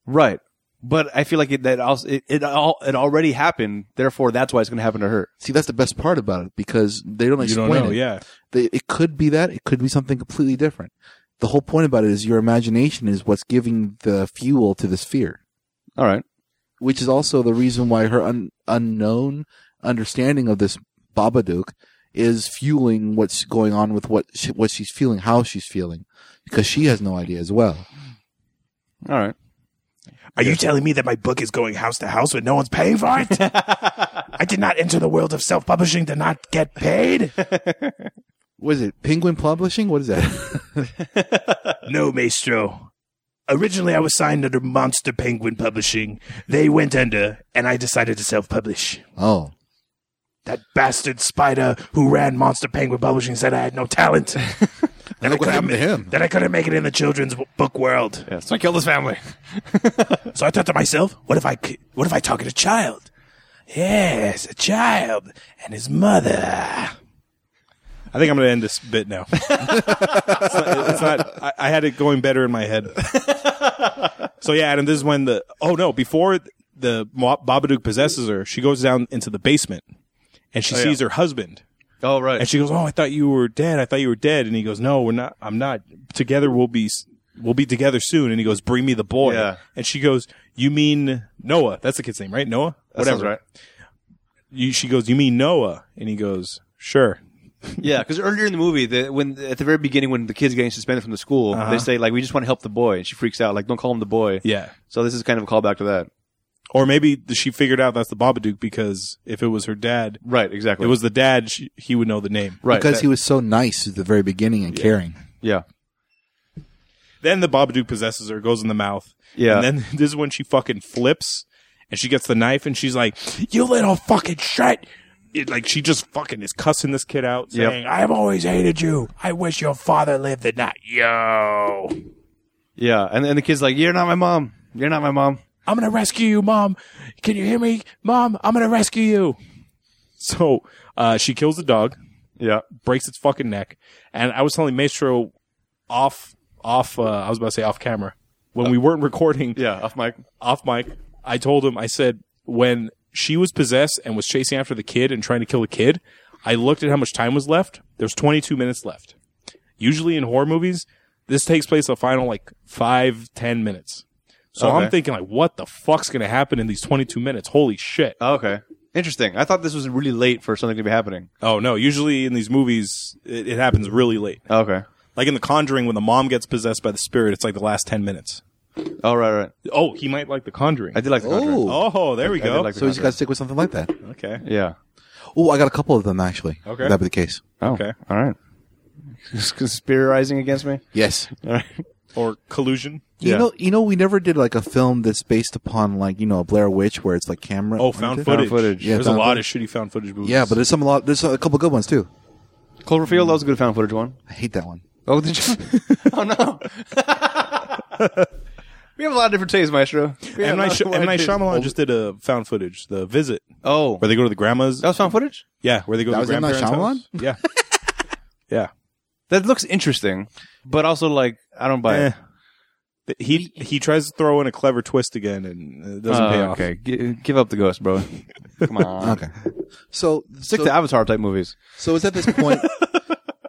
[SPEAKER 2] Right. But I feel like it that also, it, it all it already happened. Therefore, that's why it's going to happen to her.
[SPEAKER 3] See, that's the best part about it because they don't
[SPEAKER 1] You
[SPEAKER 3] explain
[SPEAKER 1] don't know.
[SPEAKER 3] it.
[SPEAKER 1] Yeah.
[SPEAKER 3] They, it could be that. It could be something completely different. The whole point about it is your imagination is what's giving the fuel to this fear,
[SPEAKER 2] All right.
[SPEAKER 3] which is also the reason why her un- unknown understanding of this Babadook is fueling what's going on with what she, what she's feeling, how she's feeling, because she has no idea as well.
[SPEAKER 2] All right.
[SPEAKER 4] Are you telling me that my book is going house to house but no one's paying for it? I did not enter the world of self publishing to not get paid.
[SPEAKER 3] What is it? Penguin Publishing? What is that?
[SPEAKER 4] No, Maestro. Originally, I was signed under Monster Penguin Publishing. They went under, and I decided to self publish.
[SPEAKER 3] oh,
[SPEAKER 4] That bastard spider who ran Monster Penguin Publishing said I had no talent. that, I
[SPEAKER 3] look what
[SPEAKER 4] couldn't-
[SPEAKER 3] happened to him.
[SPEAKER 4] that I couldn't make it in the children's w- book world.
[SPEAKER 2] Yeah, so I killed his family.
[SPEAKER 4] So I thought to myself, what if I c- what if I target a child? Yes, a child and his mother.
[SPEAKER 1] I think I'm going to end this bit now. it's not, it's not- I, I had it going better in my head. so yeah, Adam, this is when the oh no, before the Mo- Babadook possesses her, she goes down into the basement and she sees her husband.
[SPEAKER 2] Oh, right.
[SPEAKER 1] And she goes, "Oh, I thought you were dead. I thought you were dead." And he goes, "No, we're not. I'm not. Together we'll be s- we'll be together soon." And he goes, "Bring me the boy."
[SPEAKER 2] Yeah.
[SPEAKER 1] And she goes, "You mean Noah? That's the kid's name, right? Noah? Whatever."
[SPEAKER 2] right.
[SPEAKER 1] You, she goes, "You mean Noah?" And he goes, "Sure."
[SPEAKER 2] Yeah, because earlier in the movie, the, when at the very beginning, when the kid's getting suspended from the school, they say like, "We just want to help the boy," and she freaks out, like, "Don't call him the boy."
[SPEAKER 1] Yeah.
[SPEAKER 2] So this is kind of a callback to that.
[SPEAKER 1] Or maybe th- she figured out that's the Babadook because if it was her dad,
[SPEAKER 2] Right. Exactly.
[SPEAKER 1] it was the dad. She, he would know the name.
[SPEAKER 2] right
[SPEAKER 3] because
[SPEAKER 2] that-
[SPEAKER 3] he was so nice at the very beginning and caring.
[SPEAKER 2] Yeah.
[SPEAKER 1] Then the Babadook possesses her, goes in the mouth.
[SPEAKER 2] Yeah.
[SPEAKER 1] And then this is when she fucking flips and she gets the knife and she's like, You little fucking shit. It, like she just fucking is cussing this kid out,
[SPEAKER 2] Yep.
[SPEAKER 1] saying,
[SPEAKER 4] I've always hated you. I wish your father lived and not yo.
[SPEAKER 2] Yeah, and and the kid's like, "You're not my mom. You're not my mom."
[SPEAKER 1] I'm gonna rescue you, mom. Can you hear me, mom? I'm gonna rescue you. So uh, she kills the dog,
[SPEAKER 2] Yeah,
[SPEAKER 1] breaks its fucking neck, and I was telling Maestro off off. Uh, I was about to say off camera when we weren't recording
[SPEAKER 2] Uh, yeah, off mic.
[SPEAKER 1] off mic. I told him I said when she was possessed and was chasing after the kid and trying to kill the kid. I looked at how much time was left. There's 22 minutes left. Usually in horror movies, this takes place the final like five ten minutes. So I'm
[SPEAKER 2] Okay.
[SPEAKER 1] thinking like, what the fuck's gonna happen in these 22 minutes? Holy shit!
[SPEAKER 2] Oh, okay, interesting. I thought this was really late for something to be happening.
[SPEAKER 1] Oh no! Usually in these movies, it, it happens really late.
[SPEAKER 2] Oh, Okay,
[SPEAKER 1] Like in The Conjuring, when the mom gets possessed by the spirit, it's like the last 10 minutes.
[SPEAKER 2] all right, all right.
[SPEAKER 1] Oh, he might like The Conjuring.
[SPEAKER 2] I did like the Conjuring.
[SPEAKER 3] Oh.
[SPEAKER 1] oh, there we
[SPEAKER 2] I did
[SPEAKER 1] go.
[SPEAKER 2] like the
[SPEAKER 3] So we just
[SPEAKER 2] Conjuring.
[SPEAKER 3] got to stick with something like that.
[SPEAKER 1] okay.
[SPEAKER 2] yeah.
[SPEAKER 3] Oh, I got a couple of them actually.
[SPEAKER 1] Okay.
[SPEAKER 3] Would that be the case.
[SPEAKER 2] Oh,
[SPEAKER 1] Okay.
[SPEAKER 2] all right. Conspirizing against me.
[SPEAKER 3] Yes.
[SPEAKER 2] All right.
[SPEAKER 1] Or Collusion.
[SPEAKER 3] You
[SPEAKER 2] Yeah.
[SPEAKER 3] know, you know, we never did like a film that's based upon like you know a Blair Witch where it's like camera.
[SPEAKER 1] Oh, found
[SPEAKER 3] oriented.
[SPEAKER 1] footage.
[SPEAKER 2] footage.
[SPEAKER 1] Yeah,
[SPEAKER 2] Yeah,
[SPEAKER 1] There's a
[SPEAKER 3] found
[SPEAKER 1] lot of shitty found footage movies.
[SPEAKER 3] Yeah, but there's some a lot. There's a couple good ones too.
[SPEAKER 2] Cloverfield. That was a good found footage one.
[SPEAKER 3] I hate that one.
[SPEAKER 2] Oh, did you? oh no. we have a lot of different tastes, Maestro. We have
[SPEAKER 1] M.
[SPEAKER 2] a lot
[SPEAKER 1] Night,
[SPEAKER 2] of
[SPEAKER 1] Sh- M. Night
[SPEAKER 2] different
[SPEAKER 1] Shyamalan
[SPEAKER 2] tastes.
[SPEAKER 1] just did a found footage, the visit,
[SPEAKER 2] Oh,
[SPEAKER 1] where they go to the grandma's.
[SPEAKER 2] that was found footage.
[SPEAKER 1] Yeah, where they go
[SPEAKER 3] That
[SPEAKER 1] to
[SPEAKER 3] was
[SPEAKER 1] the
[SPEAKER 3] M. Night
[SPEAKER 1] grandma's. Yeah. yeah.
[SPEAKER 2] That looks interesting, but also like I don't buy
[SPEAKER 1] Eh.
[SPEAKER 2] it.
[SPEAKER 1] Th- He he tries to throw in a clever twist again, and it doesn't
[SPEAKER 2] Uh,
[SPEAKER 1] pay off.
[SPEAKER 2] Okay, G- give up the ghost, bro. Come on.
[SPEAKER 3] Okay. So
[SPEAKER 2] Stick
[SPEAKER 3] so,
[SPEAKER 2] to Avatar type movies.
[SPEAKER 3] so it's at this point.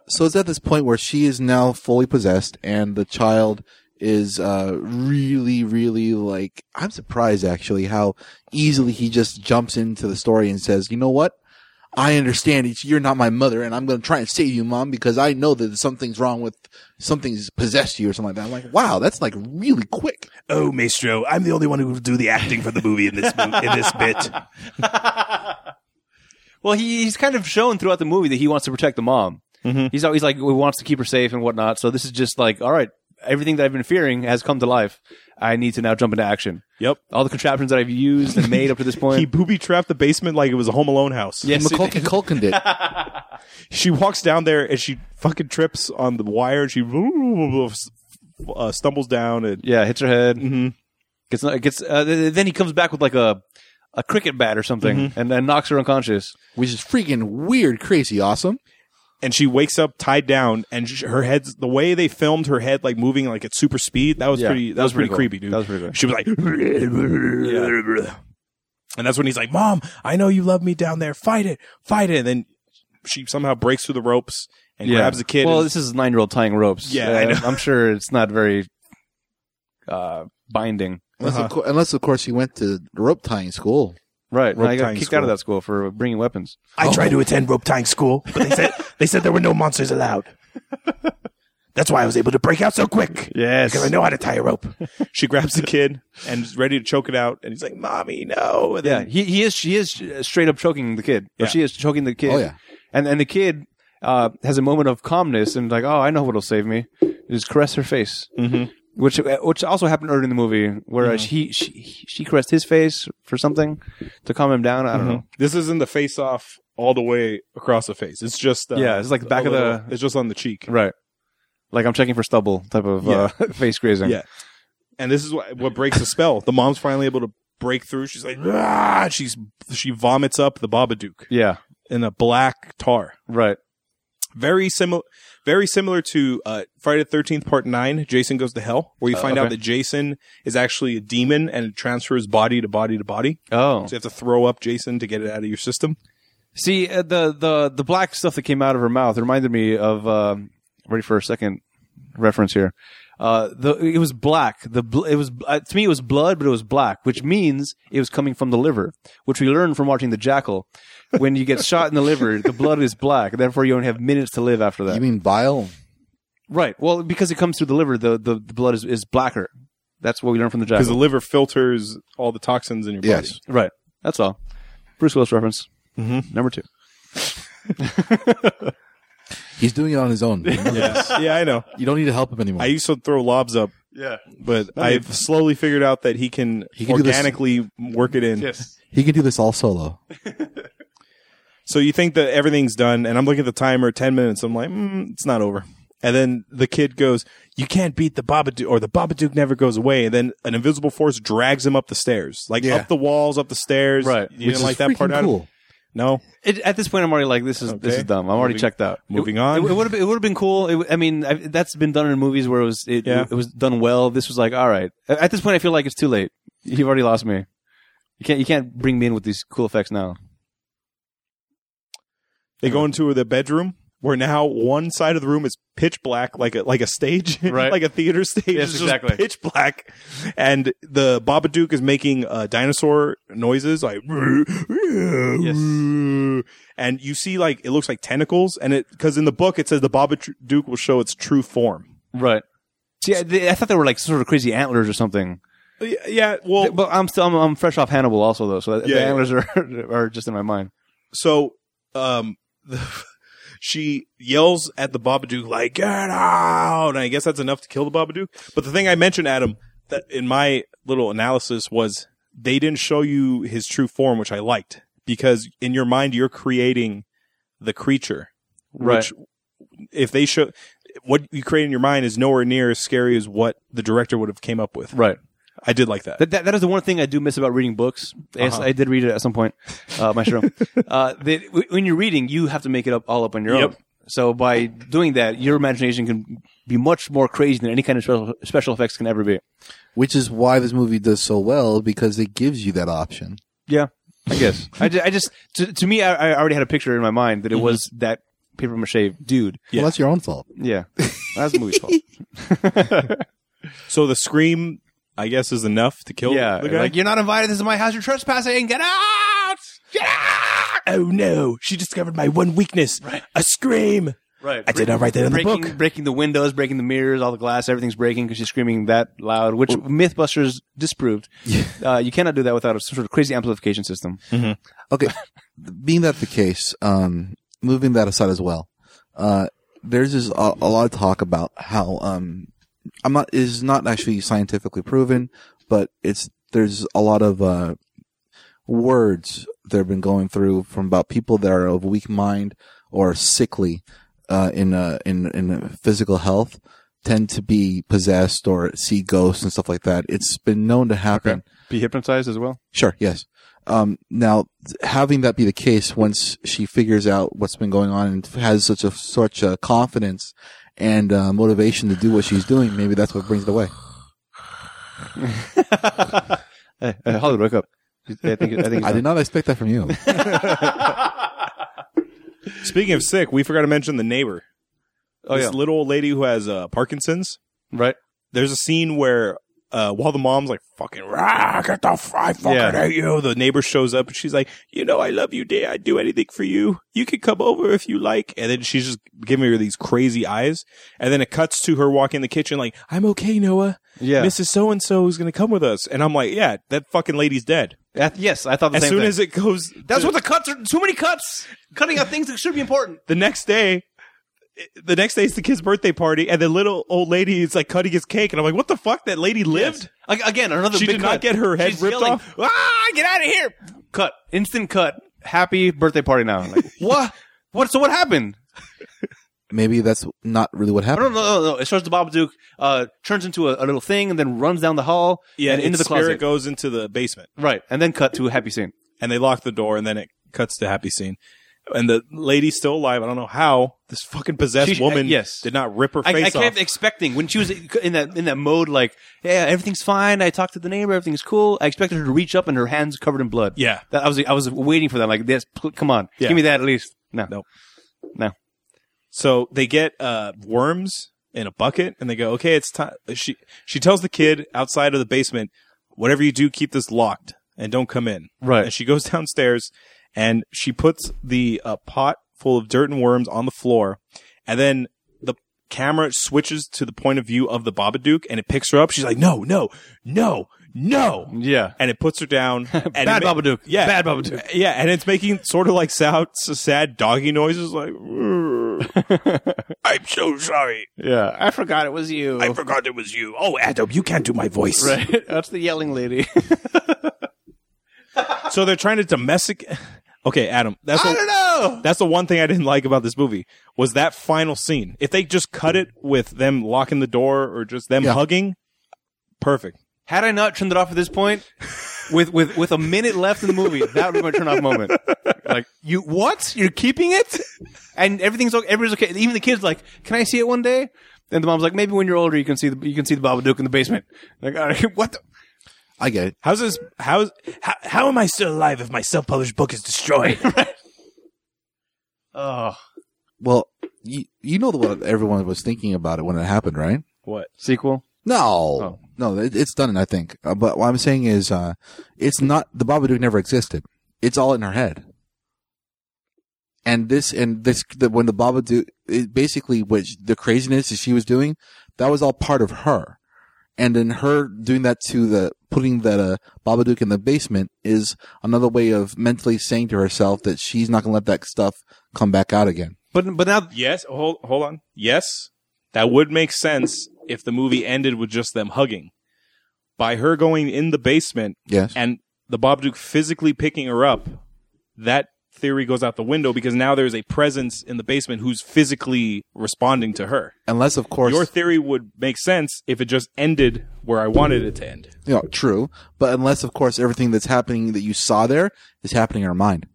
[SPEAKER 3] so it's at this point where she is now fully possessed, and the child is uh really really like i'm surprised actually how easily he just jumps into the story and says you know what i understand it's you're not my mother and i'm going to try and save you mom because i know that something's wrong with something's possessed you or something like that i'm like wow that's like really quick
[SPEAKER 4] Oh, Maestro, I'm the only one who will do the acting for the movie in this mo- in this bit.
[SPEAKER 2] Well, he, he's kind of shown throughout the movie that he wants to protect the mom.
[SPEAKER 1] Mhm.
[SPEAKER 2] He's always like he wants to keep her safe and whatnot. So this is just like, all right, everything that I've been fearing has come to life. I need to now jump into action.
[SPEAKER 1] Yep.
[SPEAKER 2] All the contraptions that I've used and made up to this point.
[SPEAKER 1] He booby trapped the basement like it was a Home Alone house.
[SPEAKER 2] Yes, it-
[SPEAKER 3] McCulkin Culkin did.
[SPEAKER 1] she walks down there and she fucking trips on the wire and she uh, stumbles down and
[SPEAKER 2] Yeah, hits her head. Mm-hmm. Gets gets. Uh, th- th- then he comes back with like a a cricket bat or something,
[SPEAKER 1] Mm-hmm.
[SPEAKER 2] and then knocks her unconscious.
[SPEAKER 3] which is freaking weird, crazy, awesome.
[SPEAKER 1] and she wakes up tied down and sh- her head's the way they filmed her head like moving like at super speed that was
[SPEAKER 2] Yeah,
[SPEAKER 1] pretty that,
[SPEAKER 2] that
[SPEAKER 1] was
[SPEAKER 2] was
[SPEAKER 1] pretty creepy
[SPEAKER 2] pretty cool.
[SPEAKER 1] dude
[SPEAKER 2] That was pretty cool.
[SPEAKER 1] she was like and that's when he's like mom i know you love me down there fight it fight it and then she somehow breaks through the ropes and grabs the kid
[SPEAKER 2] Well,
[SPEAKER 1] and-
[SPEAKER 2] this is nine year old tying ropes. Uh,
[SPEAKER 1] Yeah, I know.
[SPEAKER 2] I'm sure it's not very uh, binding.
[SPEAKER 3] Unless, of cour- unless, of course, he went to rope tying school.
[SPEAKER 2] Right. And
[SPEAKER 1] Rope
[SPEAKER 2] I got
[SPEAKER 1] tying
[SPEAKER 2] kicked out
[SPEAKER 1] school.
[SPEAKER 2] of that school for bringing weapons.
[SPEAKER 4] I tried to attend rope tying school, but they said they said there were no monsters allowed. That's why I was able to break out so quick.
[SPEAKER 2] Yes.
[SPEAKER 4] Because I know how to tie a rope.
[SPEAKER 1] she grabs the kid and is ready to choke it out and he's like mommy no and
[SPEAKER 2] Yeah,
[SPEAKER 1] then
[SPEAKER 2] he, he is. She is uh, straight up choking the kid.
[SPEAKER 1] Yeah.
[SPEAKER 2] Or she is choking the kid.
[SPEAKER 3] Oh, yeah.
[SPEAKER 2] And and the kid uh, has a moment of calmness and like, oh, I know what'll save me. Just caress her face, mm-hmm. which uh, which also happened earlier in the movie, where uh, she, she she caressed his face for something to calm him down. I don't know.
[SPEAKER 1] this isn't the face off all the way across the face it's just uh,
[SPEAKER 2] Yeah, it's like the back
[SPEAKER 1] a
[SPEAKER 2] of the-
[SPEAKER 1] little- it's just on the cheek
[SPEAKER 2] Right. Like I'm checking for stubble type of uh, face grazing.
[SPEAKER 1] Yeah. and this is what, what breaks the spell. The mom's finally able to break through. She's like, ah, she's she vomits up the Babadook
[SPEAKER 2] Yeah.
[SPEAKER 1] in a black tar.
[SPEAKER 2] Right.
[SPEAKER 1] Very similar, very similar to uh, Friday the Thirteenth Part Nine. Jason goes to hell, where you find out
[SPEAKER 2] Uh, okay.
[SPEAKER 1] that Jason is actually a demon and it transfers body to body to body.
[SPEAKER 2] Oh.
[SPEAKER 1] So you have to throw up Jason to get it out of your system.
[SPEAKER 2] See uh, the the the black stuff that came out of her mouth reminded me of um, ready for a second reference here. Uh, the it was black. The bl- it was uh, to me it was blood, but it was black, which means it was coming from the liver, which we learned from watching the Jackal. When you get shot in the liver, the blood is black. Therefore, you only have minutes to live after that.
[SPEAKER 3] You mean bile?
[SPEAKER 2] right. Well, because it comes through the liver, the, the, the blood is, is blacker. That's what we learned from the Jackal.
[SPEAKER 1] Because the liver filters all the Mm-hmm. toxins in your body.
[SPEAKER 3] Yes.
[SPEAKER 2] Right. That's all. Bruce Willis reference. Number two.
[SPEAKER 3] He's doing it on his own.
[SPEAKER 1] yeah, I know.
[SPEAKER 3] You don't need to help him anymore.
[SPEAKER 1] I used to throw lobs up,
[SPEAKER 2] Yeah.
[SPEAKER 1] but I've slowly figured out that he can,
[SPEAKER 3] He can do this-
[SPEAKER 1] organically work it in.
[SPEAKER 2] Yes.
[SPEAKER 3] he can do this all solo.
[SPEAKER 1] So you think that everything's done, and I'm looking at the timer, ten minutes. I'm like, mm, it's not over. And then the kid goes, "You can't beat the Babadook," or the Babadook never goes away. And then an invisible force drags him up the stairs, like
[SPEAKER 3] Yeah.
[SPEAKER 1] up the walls, up the stairs.
[SPEAKER 2] Right.
[SPEAKER 1] You didn't like that part out? of-
[SPEAKER 3] cool.
[SPEAKER 1] No.
[SPEAKER 2] It, at this point, I'm already like, this is this
[SPEAKER 1] Okay.
[SPEAKER 2] is dumb. I'm already
[SPEAKER 1] Moving-
[SPEAKER 2] checked out.
[SPEAKER 1] moving
[SPEAKER 2] It-
[SPEAKER 1] on.
[SPEAKER 2] It, would have been, it would have been cool. It w- I mean, I, that's been done in movies where it was it,
[SPEAKER 1] Yeah.
[SPEAKER 2] it was done well. This was like, all right. At at this point, I feel like it's too late. You've already lost me. You can't you can't bring me in with these cool effects now.
[SPEAKER 1] They go into the bedroom where now one side of the room is pitch black, like a like a stage,
[SPEAKER 2] Right.
[SPEAKER 1] like a theater stage.
[SPEAKER 2] Yes,
[SPEAKER 1] It's just
[SPEAKER 2] exactly.
[SPEAKER 1] pitch black, and the Babadook is making uh, dinosaur noises, like and you see like it looks like tentacles, and it because in the book it says the Babadook will show its true form.
[SPEAKER 2] Right. See, I, they, I thought they were like sort of crazy antlers or something.
[SPEAKER 1] Yeah, Yeah, well,
[SPEAKER 2] But I'm still I'm, I'm fresh off Hannibal also though, so the
[SPEAKER 1] Yeah, yeah.
[SPEAKER 2] antlers are are just in my mind.
[SPEAKER 1] so um she yells at the Babadook like get out and I guess that's enough to kill the Babadook but the thing I mentioned Adam that in my little analysis was they didn't show you his true form which I liked because in your mind you're creating the creature which if they show what you create in your mind is nowhere near as scary as what the director would have came up with
[SPEAKER 2] Right.
[SPEAKER 1] I did like that
[SPEAKER 2] That, that, that is the one thing I do miss about reading books. Yes,
[SPEAKER 1] Uh-huh.
[SPEAKER 2] I did read it at some point, uh, my shroom. uh, that w- when you're reading, you have to make it up all up on your
[SPEAKER 1] Yep.
[SPEAKER 2] own. So by doing that, your imagination can be much more crazy than any kind of special, special effects can ever be.
[SPEAKER 3] Which is why this movie does so well because it gives you that option.
[SPEAKER 2] I guess. I ju- I just, to, to me, I, I already had a picture in my mind
[SPEAKER 1] Mm-hmm.
[SPEAKER 2] that it was that paper mache dude.
[SPEAKER 1] Yeah.
[SPEAKER 3] Well, that's your own fault.
[SPEAKER 2] Yeah, that's the movie's fault.
[SPEAKER 1] so the scream I guess is enough to kill
[SPEAKER 2] yeah,
[SPEAKER 1] the guy
[SPEAKER 2] like you're not invited. This is my house. You're trespassing. Get out! Get out!
[SPEAKER 1] oh no, she discovered my one weakness, a scream.
[SPEAKER 2] Right.
[SPEAKER 4] I did not write that in the
[SPEAKER 2] breaking,
[SPEAKER 4] book.
[SPEAKER 2] breaking the windows, breaking the mirrors, all the glass, everything's breaking because she's screaming that loud, which MythBusters disproved. uh, you cannot do that without a sort of crazy amplification system.
[SPEAKER 3] Okay. Being that the case, um, moving that aside as well, uh, there's just a, a lot of talk about how, um, I'm not, is not actually scientifically proven, but it's, there's a lot of, uh, words that have been going through from about people that are of weak mind or sickly, uh, in, uh, in, in physical health tend to be possessed or see ghosts and stuff like that. It's been known to happen.
[SPEAKER 2] Be hypnotized as well.
[SPEAKER 3] Sure. Yes. Um, now, th- having that be the case, once she figures out what's been going on and has such a such a confidence and uh, motivation to do what she's doing, maybe that's what brings it away.
[SPEAKER 2] Hey, hey, Eh, Hollywood, wake up. I think, I think
[SPEAKER 3] I did not expect that from you.
[SPEAKER 1] Speaking of sick, we forgot to mention the neighbor.
[SPEAKER 2] Oh,
[SPEAKER 1] this
[SPEAKER 2] yeah.
[SPEAKER 1] little old lady who has uh, Parkinson's.
[SPEAKER 2] Right.
[SPEAKER 1] There's a scene where uh, while the mom's like fucking rah, get the f- I fucking
[SPEAKER 2] Yeah.
[SPEAKER 1] hate you, the neighbor shows up and she's like, you know, I love you, dear. I'd do anything for you. You can come over if you like. And then she's just giving her these crazy eyes. And then it cuts to her walking in the kitchen like, I'm okay, Noah.
[SPEAKER 2] Yeah.
[SPEAKER 1] Mrs. So and So is gonna come with us. And I'm like, yeah, that fucking lady's dead.
[SPEAKER 2] Uh, yes, I thought the
[SPEAKER 1] As
[SPEAKER 2] same
[SPEAKER 1] soon
[SPEAKER 2] thing.
[SPEAKER 1] as it goes,
[SPEAKER 2] That's what the cuts are. Too many cuts. Cutting out things that should be important.
[SPEAKER 1] the next day the next day is the kid's birthday party and the little old lady is like cutting his cake and i'm like what the fuck that lady lived
[SPEAKER 2] Ag- Again, another
[SPEAKER 1] She
[SPEAKER 2] big
[SPEAKER 1] did not
[SPEAKER 2] cut.
[SPEAKER 1] get her head
[SPEAKER 2] She's
[SPEAKER 1] ripped
[SPEAKER 2] yelling,
[SPEAKER 1] off?
[SPEAKER 2] Ah, get out of here! Cut. Instant cut. Happy birthday party now. Like, what? What? So what happened?
[SPEAKER 3] maybe that's not really what
[SPEAKER 2] Oh, No, no,
[SPEAKER 3] happened.
[SPEAKER 2] no, no. It starts the Babadook, uh, turns into a, a little thing, and then runs down the hall and
[SPEAKER 1] and
[SPEAKER 2] into the
[SPEAKER 1] spirit
[SPEAKER 2] closet.
[SPEAKER 1] goes into the basement
[SPEAKER 2] right, and then cut to a happy scene.
[SPEAKER 1] and they lock the door and then it cuts to happy scene and the lady's still alive i don't know how this fucking possessed
[SPEAKER 2] She-
[SPEAKER 1] woman
[SPEAKER 2] uh, yes.
[SPEAKER 1] did not rip her
[SPEAKER 2] I, I
[SPEAKER 1] face off
[SPEAKER 2] kept expecting when she was in that in that mode, like, yeah, everything's fine. I talked to the neighbor, everything's cool. I expected her to reach up, and her hands covered in blood.
[SPEAKER 1] yeah
[SPEAKER 2] That, I was I was waiting for that. Like, this, pl- come on,
[SPEAKER 1] Yeah.
[SPEAKER 2] give me that at least. No,
[SPEAKER 1] Nope. so they get uh worms in a bucket and they go okay it's time she she tells the kid outside of the basement whatever you do keep this locked and don't come in And
[SPEAKER 2] right,
[SPEAKER 1] she goes downstairs and she puts the uh, pot full of dirt and worms on the floor. And then the camera switches to the point of view of the Babadook and it picks her up. She's like, no, no, no, no.
[SPEAKER 2] yeah.
[SPEAKER 1] And it puts her down. And
[SPEAKER 2] Bad
[SPEAKER 1] it ma-
[SPEAKER 2] Babadook.
[SPEAKER 1] Yeah.
[SPEAKER 2] Bad Babadook.
[SPEAKER 1] Yeah. And it's making sort of like sound, s- sad doggy noises like. "Rrr."
[SPEAKER 4] I'm so sorry.
[SPEAKER 2] yeah, I forgot it was you.
[SPEAKER 4] I forgot it was you. Oh, Adam, you can't do my voice.
[SPEAKER 2] right, that's the yelling lady.
[SPEAKER 1] So they're trying to domestic. Okay, Adam, that's
[SPEAKER 2] I
[SPEAKER 1] a,
[SPEAKER 2] don't know.
[SPEAKER 1] that's the one thing I didn't like about this movie was that final scene. If they just cut it with them locking the door or just them
[SPEAKER 3] Yeah.
[SPEAKER 1] hugging, perfect.
[SPEAKER 2] Had I not turned it off at this point, with with with a minute left in the movie, that would be my turn off moment. Like you, what? You're keeping it, and everything's okay. Everybody's okay. Even the kids like, can I see it one day? And the mom's like, maybe when you're older, you can see the you can see the Babadook in the basement. Like, all right, what? The?
[SPEAKER 3] I get it.
[SPEAKER 1] How's this? How's
[SPEAKER 4] How, how am I still alive if my self-published book is destroyed?
[SPEAKER 2] Oh,
[SPEAKER 3] Well, you, you know what everyone was thinking about it when it happened, right?
[SPEAKER 1] what?
[SPEAKER 2] sequel.
[SPEAKER 3] No, no, it, it's done. I think. Uh, but what I'm saying is, uh, it's not the Babadook never existed. It's all in her head. And this and this the, when the Babadook it basically what sh- the craziness that she was doing that was all part of her, and then her doing that to the putting that uh, Babadook in the basement is another way of mentally saying to herself that she's not going to let that stuff come back out again.
[SPEAKER 2] But but now
[SPEAKER 1] Yes. Hold hold on. Yes, that would make sense if the movie ended with just them hugging. By her going in the basement
[SPEAKER 3] Yes.
[SPEAKER 1] and the Babadook physically picking her up, that theory goes out the window because now there's a presence in the basement who's physically responding to her.
[SPEAKER 3] Unless of course
[SPEAKER 1] Your theory would make sense if it just ended where I wanted it to end.
[SPEAKER 3] Yeah, true. But unless, of course, everything that's happening that you saw there is happening in our mind.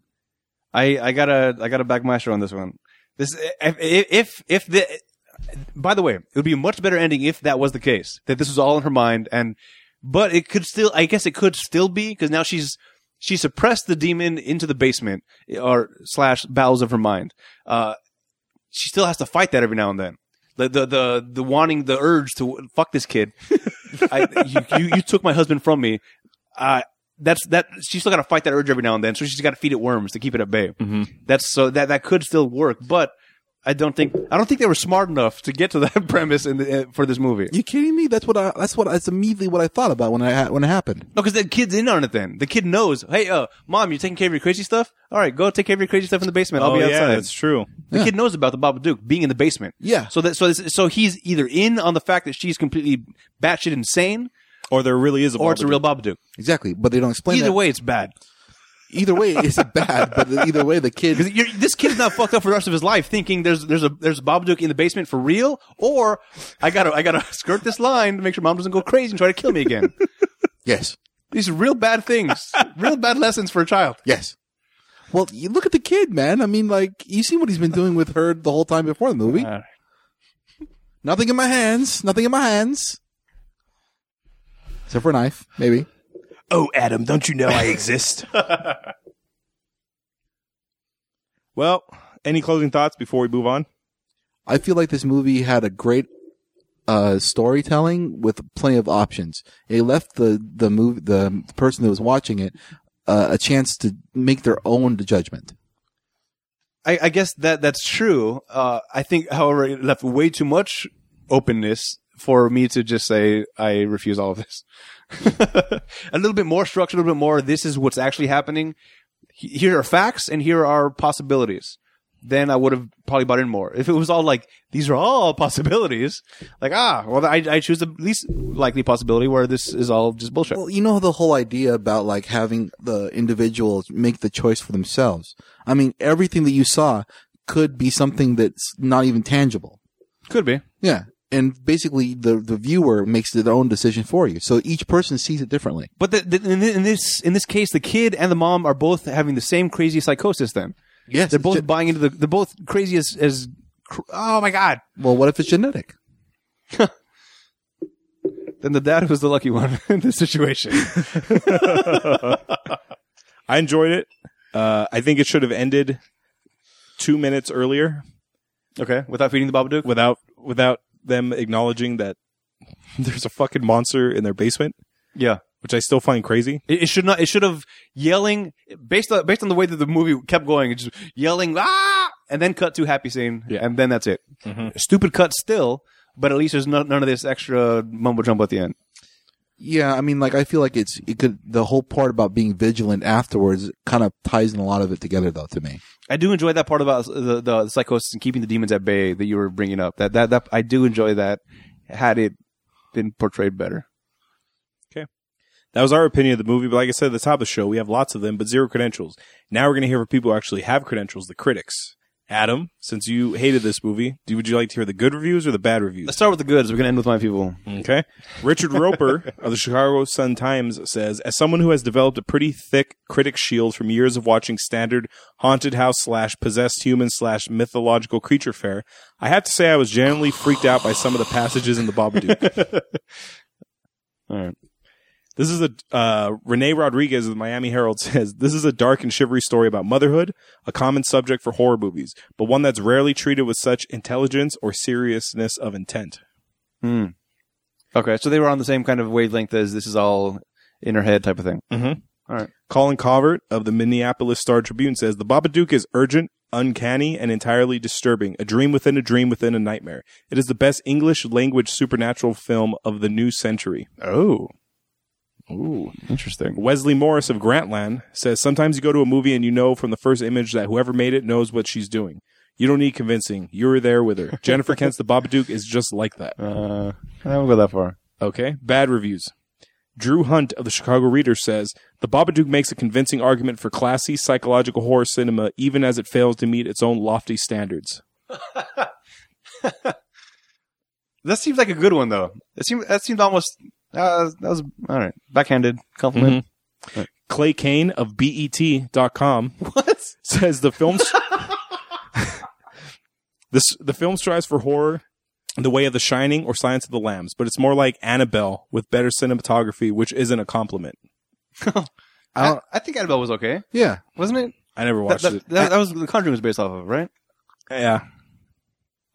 [SPEAKER 2] I, I gotta I gotta back Maestro on this one. This if if, if the by the way, it would be a much better ending if that was the case. That this was all in her mind, and but it could still I guess it could still be because now she's she suppressed the demon into the basement or slash bowels of her mind. Uh, she still has to fight that every now and then. The the the, the wanting the urge to fuck this kid. I, you, you you took my husband from me. Uh, that's that she's still got to fight that urge every now and then. So she's got to feed it worms to keep it at bay. That's so that that could still work, but I don't think I don't think they were smart enough to get to that premise in the, uh, for this movie.
[SPEAKER 3] You kidding me? That's what I. That's what. That's immediately what I thought about when I ha- when it happened.
[SPEAKER 2] No, because the kid's in on it. Then the kid knows. Hey, uh, mom, you taking care of your crazy stuff? All right, go take care of your crazy stuff in the basement. I'll be outside.
[SPEAKER 1] Oh, that's true.
[SPEAKER 2] The kid knows about the Babadook being in the basement.
[SPEAKER 3] Yeah.
[SPEAKER 2] So that so this, so he's either in on the fact that she's completely batshit insane,
[SPEAKER 1] Or there really is a
[SPEAKER 2] or it's a
[SPEAKER 1] Babadook.
[SPEAKER 2] real Babadook.
[SPEAKER 3] Exactly. But they don't explain
[SPEAKER 2] Either
[SPEAKER 3] that.
[SPEAKER 2] way, it's bad.
[SPEAKER 3] Either way, it's bad. But either way, the kid.
[SPEAKER 2] Because you're, this kid's not fucked up for the rest of his life, thinking there's there's a there's a Babadook in the basement for real, or I gotta I gotta skirt this line to make sure mom doesn't go crazy and try to kill me again.
[SPEAKER 3] Yes.
[SPEAKER 2] These are real bad things, real bad lessons for a child.
[SPEAKER 3] Yes. Well, you look at the kid, man. I mean, like you see what he's been doing with her the whole time before the movie.
[SPEAKER 2] All right.
[SPEAKER 3] Nothing in my hands. Nothing in my hands. Except for a knife, maybe.
[SPEAKER 4] oh, Adam, don't you know I exist?
[SPEAKER 1] Well, any closing thoughts before we move on?
[SPEAKER 3] I feel like this movie had a great uh, storytelling with plenty of options. It left the the movie the person that was watching it uh, a chance to make their own judgment.
[SPEAKER 2] I, I guess that that's true. Uh, I think, however, it left way too much openness for me to just say I refuse all of this. a little bit more structure, a little bit more. This is what's actually happening. He- Here are facts, and here are possibilities. Then I would have probably bought in more. If it was all like these are all possibilities, like ah, well, I, I choose the least likely possibility where this is all just bullshit.
[SPEAKER 3] Well, you know the whole idea about like having the individuals make the choice for themselves. I mean, everything that you saw could be something that's not even tangible.
[SPEAKER 2] Could be.
[SPEAKER 3] Yeah. And basically, the, the viewer makes their own decision for you. So each person sees it differently.
[SPEAKER 2] But the, the, in, thi- in this in this case, the kid and the mom are both having the same crazy psychosis. Then
[SPEAKER 3] Yes,
[SPEAKER 2] they're both
[SPEAKER 3] it's ge-
[SPEAKER 2] buying into the. They're both crazy as as. cr- Oh my god!
[SPEAKER 3] Well, what if it's genetic?
[SPEAKER 2] Then the dad was the lucky one in this situation.
[SPEAKER 1] I enjoyed it. Uh, I think it should have ended two minutes earlier
[SPEAKER 2] okay, without feeding the Babadook.
[SPEAKER 1] without without them acknowledging that there's a fucking monster in their basement,
[SPEAKER 2] Yeah,
[SPEAKER 1] which I still find crazy.
[SPEAKER 2] it, it should not. It should have yelling based on based on the way that the movie kept going. It's just yelling ah, and then cut to happy scene,
[SPEAKER 1] Yeah.
[SPEAKER 2] and then that's it. Stupid cut still, but at least there's no, none of this extra mumbo jumbo at the end.
[SPEAKER 3] Yeah, I mean, like I feel like it's it could the whole part about being vigilant afterwards kind of ties in a lot of it together, though, to me.
[SPEAKER 2] I do enjoy that part about the, the psychosis and keeping the demons at bay that you were bringing up. That that that I do enjoy that. Had it been portrayed better,
[SPEAKER 1] That was our opinion of the movie, but like I said at the top of the show, we have lots of them, but zero credentials. Now we're going to hear from people who actually have credentials, the critics. Adam, since you hated this movie, do would you like to hear the good reviews or the bad
[SPEAKER 2] let's
[SPEAKER 1] reviews?
[SPEAKER 2] start with the goods. We're gonna end with my people.
[SPEAKER 1] Okay. Richard Roper of the Chicago Sun Times says, as someone who has developed a pretty thick critic shield from years of watching standard haunted house slash possessed human slash mythological creature fare, I have to say I was genuinely freaked out by some of the passages in the Babadook.
[SPEAKER 2] All right.
[SPEAKER 1] This is a uh, Renee Rodriguez of the Miami Herald says this is a dark and shivery story about motherhood, a common subject for horror movies, but one that's rarely treated with such intelligence or seriousness of intent.
[SPEAKER 2] Hmm. Okay, so they were on the same kind of wavelength as this is all in her head type of thing.
[SPEAKER 1] Colin Covert of the Minneapolis Star Tribune says the Babadook is urgent, uncanny, and entirely disturbing. A dream within a dream within a nightmare. It is the best English language supernatural film of the new century.
[SPEAKER 2] Oh. Ooh, interesting.
[SPEAKER 1] Wesley Morris of Grantland says sometimes you go to a movie and you know from the first image that whoever made it knows what she's doing. You don't need convincing. You were there with her. Jennifer Kent's The Babadook is just like that.
[SPEAKER 2] Uh, I won't go that far.
[SPEAKER 1] Okay. Bad reviews. Drew Hunt of the Chicago Reader says The Babadook makes a convincing argument for classy psychological horror cinema even as it fails to meet its own lofty standards.
[SPEAKER 2] That seems like a good one, though. It seemed that seemed almost uh, that was all right. Backhanded compliment.
[SPEAKER 1] Clay Kane of E BET.com
[SPEAKER 2] What?
[SPEAKER 1] says the film this the film strives for horror in the way of the shining or science of the lambs but it's more like annabelle with better cinematography which isn't a compliment
[SPEAKER 3] I
[SPEAKER 2] I,
[SPEAKER 3] don't,
[SPEAKER 2] I think Annabelle was okay,
[SPEAKER 3] yeah,
[SPEAKER 2] wasn't it?
[SPEAKER 1] i never
[SPEAKER 2] That,
[SPEAKER 1] watched
[SPEAKER 2] that, that, that was the Conjuring was based off of, right?
[SPEAKER 1] it yeah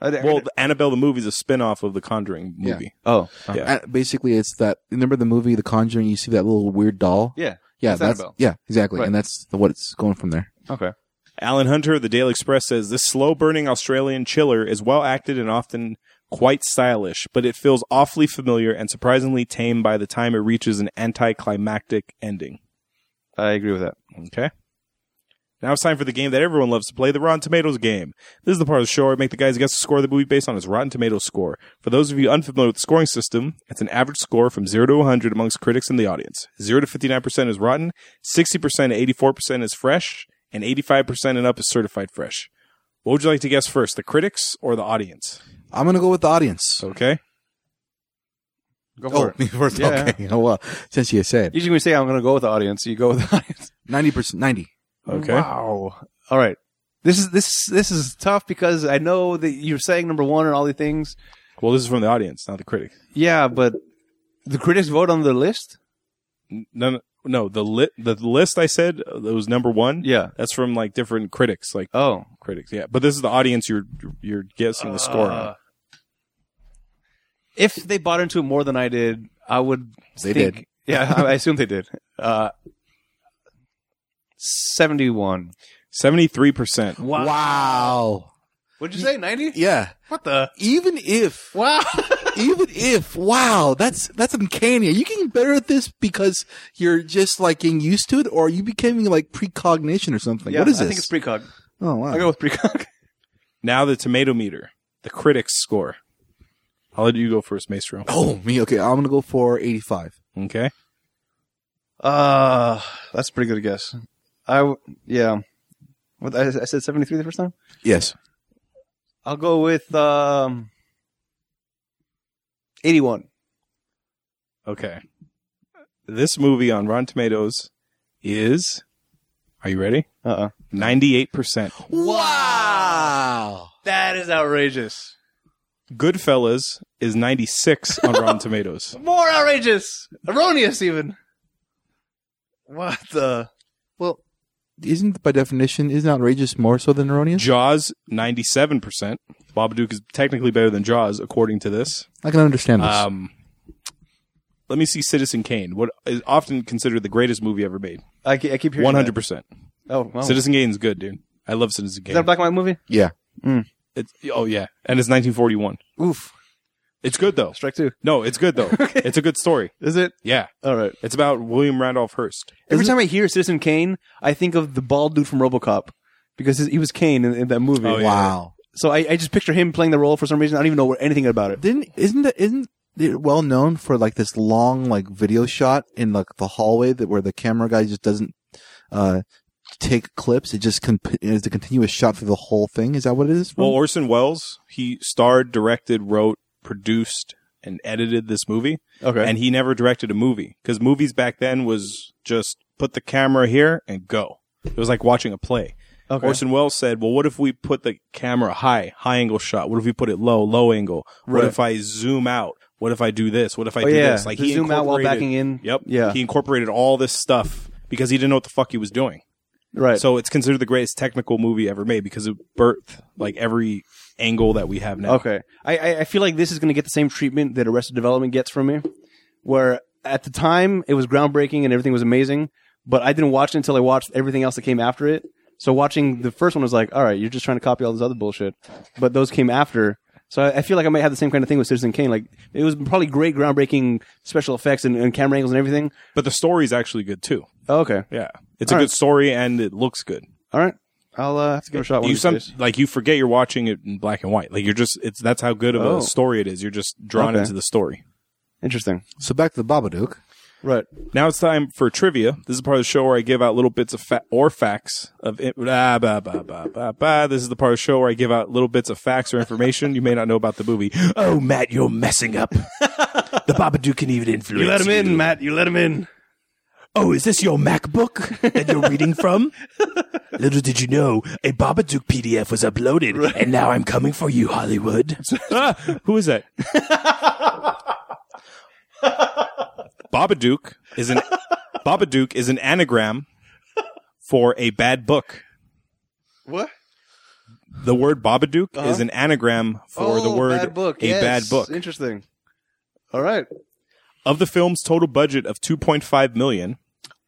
[SPEAKER 2] I, didn't- I
[SPEAKER 1] well
[SPEAKER 2] didn't-
[SPEAKER 1] the annabelle the movie is a spin-off of the conjuring
[SPEAKER 3] Yeah.
[SPEAKER 1] movie
[SPEAKER 2] oh,
[SPEAKER 1] Yeah.
[SPEAKER 3] Uh, basically, it's that. Remember the movie The Conjuring? You see that little weird doll?
[SPEAKER 2] Yeah.
[SPEAKER 3] yeah,
[SPEAKER 2] That's
[SPEAKER 3] that's,
[SPEAKER 2] Annabelle.
[SPEAKER 3] yeah, exactly,
[SPEAKER 2] Right.
[SPEAKER 3] and that's the, what it's going from there.
[SPEAKER 2] okay.
[SPEAKER 1] alan hunter of the daily express says this slow-burning australian chiller is well acted and often quite stylish but it feels awfully familiar and surprisingly tame by the time it reaches an anticlimactic ending
[SPEAKER 2] I agree with that.
[SPEAKER 1] Okay. Now it's time for the game that everyone loves to play, the Rotten Tomatoes game. This is the part of the show where I make the guys guess the score of the movie based on its Rotten Tomatoes score. For those of you unfamiliar with the scoring system, it's an average score from 0 to 100 amongst critics and the audience. 0 to 59% is rotten, 60% to 84% is fresh, and 85% and up is certified fresh. What would you like to guess first, the critics or the audience?
[SPEAKER 3] I'm gonna go with the audience.
[SPEAKER 1] Okay.
[SPEAKER 2] Go
[SPEAKER 3] Oh,
[SPEAKER 2] for it.
[SPEAKER 3] me first.
[SPEAKER 2] Yeah.
[SPEAKER 3] Okay. Oh well, since you said
[SPEAKER 2] Usually when we say I'm going to go with the audience, you go with the audience.
[SPEAKER 3] ninety percent, ninety.
[SPEAKER 1] Okay.
[SPEAKER 2] Wow. All right. This is this this is tough because I know that you're saying number one and all these things.
[SPEAKER 1] Well, this is from the audience, not the critics.
[SPEAKER 2] Yeah, but the critics vote on the list.
[SPEAKER 1] N- No, no, no the, li- the list I said uh, that was number one,
[SPEAKER 2] Yeah.
[SPEAKER 1] that's from like different critics, like
[SPEAKER 2] Oh,
[SPEAKER 1] critics. Yeah, but this is the audience you're you're guessing the score on.
[SPEAKER 2] Uh, If they bought into it more than I did, I would.
[SPEAKER 3] They
[SPEAKER 2] think-
[SPEAKER 3] did.
[SPEAKER 2] Yeah, I I assume they did. Uh, Seventy-one.
[SPEAKER 1] Seventy three percent.
[SPEAKER 3] Wow.
[SPEAKER 2] What'd you say? Ninety?
[SPEAKER 3] Yeah.
[SPEAKER 2] What the?
[SPEAKER 3] Even if
[SPEAKER 2] Wow.
[SPEAKER 3] even if wow that's that's uncanny are you getting better at this because you're just like getting used to it or are you becoming like precognition or something what is
[SPEAKER 2] I
[SPEAKER 3] this
[SPEAKER 2] think it's precog.
[SPEAKER 3] oh wow
[SPEAKER 2] I'll go with precog.
[SPEAKER 1] Now the tomato meter, the critics score. I'll let you go first, Maestro.
[SPEAKER 3] oh me okay i'm gonna go for 85
[SPEAKER 1] Okay.
[SPEAKER 2] Uh, that's a pretty good guess. I w- yeah. What I, I said seventy-three the first time.
[SPEAKER 3] yes
[SPEAKER 2] I'll go with um eighty-one.
[SPEAKER 1] Okay. This movie on Rotten Tomatoes is are you ready?
[SPEAKER 2] Uh. uh
[SPEAKER 1] Ninety eight percent.
[SPEAKER 3] wow
[SPEAKER 2] That is outrageous.
[SPEAKER 1] Goodfellas is ninety six on Rotten Tomatoes.
[SPEAKER 2] More outrageous, erroneous, even. What the?
[SPEAKER 3] well isn't by definition isn't outrageous more so than erroneous
[SPEAKER 1] Jaws ninety seven percent. Babadook is technically better than Jaws, according to this.
[SPEAKER 3] i can understand
[SPEAKER 2] Uh,
[SPEAKER 3] this
[SPEAKER 1] Um, let me see Citizen Kane, what is often considered the greatest movie ever made.
[SPEAKER 2] I, ke- I keep hearing
[SPEAKER 1] One hundred percent.
[SPEAKER 2] that. Oh, wow.
[SPEAKER 1] Citizen Kane's good, dude. I love Citizen
[SPEAKER 2] is that a
[SPEAKER 1] Kane.
[SPEAKER 2] black and white movie?
[SPEAKER 1] It's, oh yeah, and it's nineteen forty one.
[SPEAKER 2] Oof.
[SPEAKER 1] It's good though.
[SPEAKER 2] Strike two.
[SPEAKER 1] No, it's good though. It's a good story.
[SPEAKER 2] Is it?
[SPEAKER 1] Yeah.
[SPEAKER 2] All right.
[SPEAKER 1] It's about William Randolph Hearst.
[SPEAKER 2] Every time I hear Citizen Kane, I think of the bald dude from RoboCop because his, he was Kane in, in that movie.
[SPEAKER 1] Oh, yeah.
[SPEAKER 3] Wow.
[SPEAKER 2] So I, I just picture him playing the role for some reason. I don't even know anything about it.
[SPEAKER 3] Didn't isn't that isn't it well known for like this long like video shot in like the hallway that where the camera guy just doesn't uh take clips. It just con- is a continuous shot through the whole thing. Is that what it is?
[SPEAKER 2] Hmm.
[SPEAKER 1] Well, Orson Welles, he starred, directed, wrote, produced, and edited this movie,
[SPEAKER 2] Okay.
[SPEAKER 1] and he never directed a movie because movies back then was just put the camera here and go. It was like watching a play.
[SPEAKER 2] okay.
[SPEAKER 1] Orson Welles said, "Well, what if we put the camera high, high angle shot? What if we put it low, low angle? What
[SPEAKER 2] Right.
[SPEAKER 1] if I zoom out? What if I do this? What if I
[SPEAKER 2] oh
[SPEAKER 1] do
[SPEAKER 2] yeah.
[SPEAKER 1] this?"
[SPEAKER 2] To zoom out while
[SPEAKER 1] incorporated-
[SPEAKER 2] backing in.
[SPEAKER 1] Yep.
[SPEAKER 2] Yeah.
[SPEAKER 1] He incorporated all this stuff because he didn't know what the fuck he was doing.
[SPEAKER 2] right.
[SPEAKER 1] So it's considered the greatest technical movie ever made because it birthed like every angle that we have now.
[SPEAKER 2] Okay. I, I, I feel like this is going to get the same treatment that Arrested Development gets from me, where at the time it was groundbreaking and everything was amazing, but I didn't watch it until I watched everything else that came after it. So watching the first one was like, all right, you're just trying to copy all this other bullshit, but those came after. So I, I feel like I might have the same kind of thing with Citizen Kane. Like it was probably great, groundbreaking special effects and, and camera angles and everything.
[SPEAKER 1] But the story's actually good too.
[SPEAKER 2] Oh, okay,
[SPEAKER 1] Yeah. It's a
[SPEAKER 2] All
[SPEAKER 1] good
[SPEAKER 2] right.
[SPEAKER 1] story and it looks good.
[SPEAKER 2] all right, I'll uh, have to give it a shot.
[SPEAKER 1] You
[SPEAKER 2] One of these
[SPEAKER 1] some
[SPEAKER 2] days.
[SPEAKER 1] like you forget you're watching it in black and white. Like you're just it's that's how good of
[SPEAKER 2] Oh.
[SPEAKER 1] a story it is. You're just drawn
[SPEAKER 2] Okay.
[SPEAKER 1] into the story.
[SPEAKER 2] Interesting,
[SPEAKER 3] so back to the Babadook.
[SPEAKER 2] right?
[SPEAKER 1] Now it's time for trivia. This is part of the show where I give out little bits of fa- or facts of in- blah, blah, blah, blah, blah, blah. This is the part of the show where I give out little bits of facts or information you may not know about the movie.
[SPEAKER 4] Oh, Matt, you're messing up. the Babadook can even influence you.
[SPEAKER 2] Matt. You let him in.
[SPEAKER 4] Oh, is this your MacBook that you're reading from? Little did you know, a Babadook PDF was uploaded, and now I'm coming for you, Hollywood.
[SPEAKER 1] ah, who is that? Babadook is an Babadook is an anagram for a bad book.
[SPEAKER 2] What?
[SPEAKER 1] The word Babadook is an anagram for the
[SPEAKER 2] Uh-huh. Oh,
[SPEAKER 1] word
[SPEAKER 2] bad book.
[SPEAKER 1] a
[SPEAKER 2] Yes.
[SPEAKER 1] bad book.
[SPEAKER 2] Interesting. All right.
[SPEAKER 1] Of the film's total budget of 2.5 million,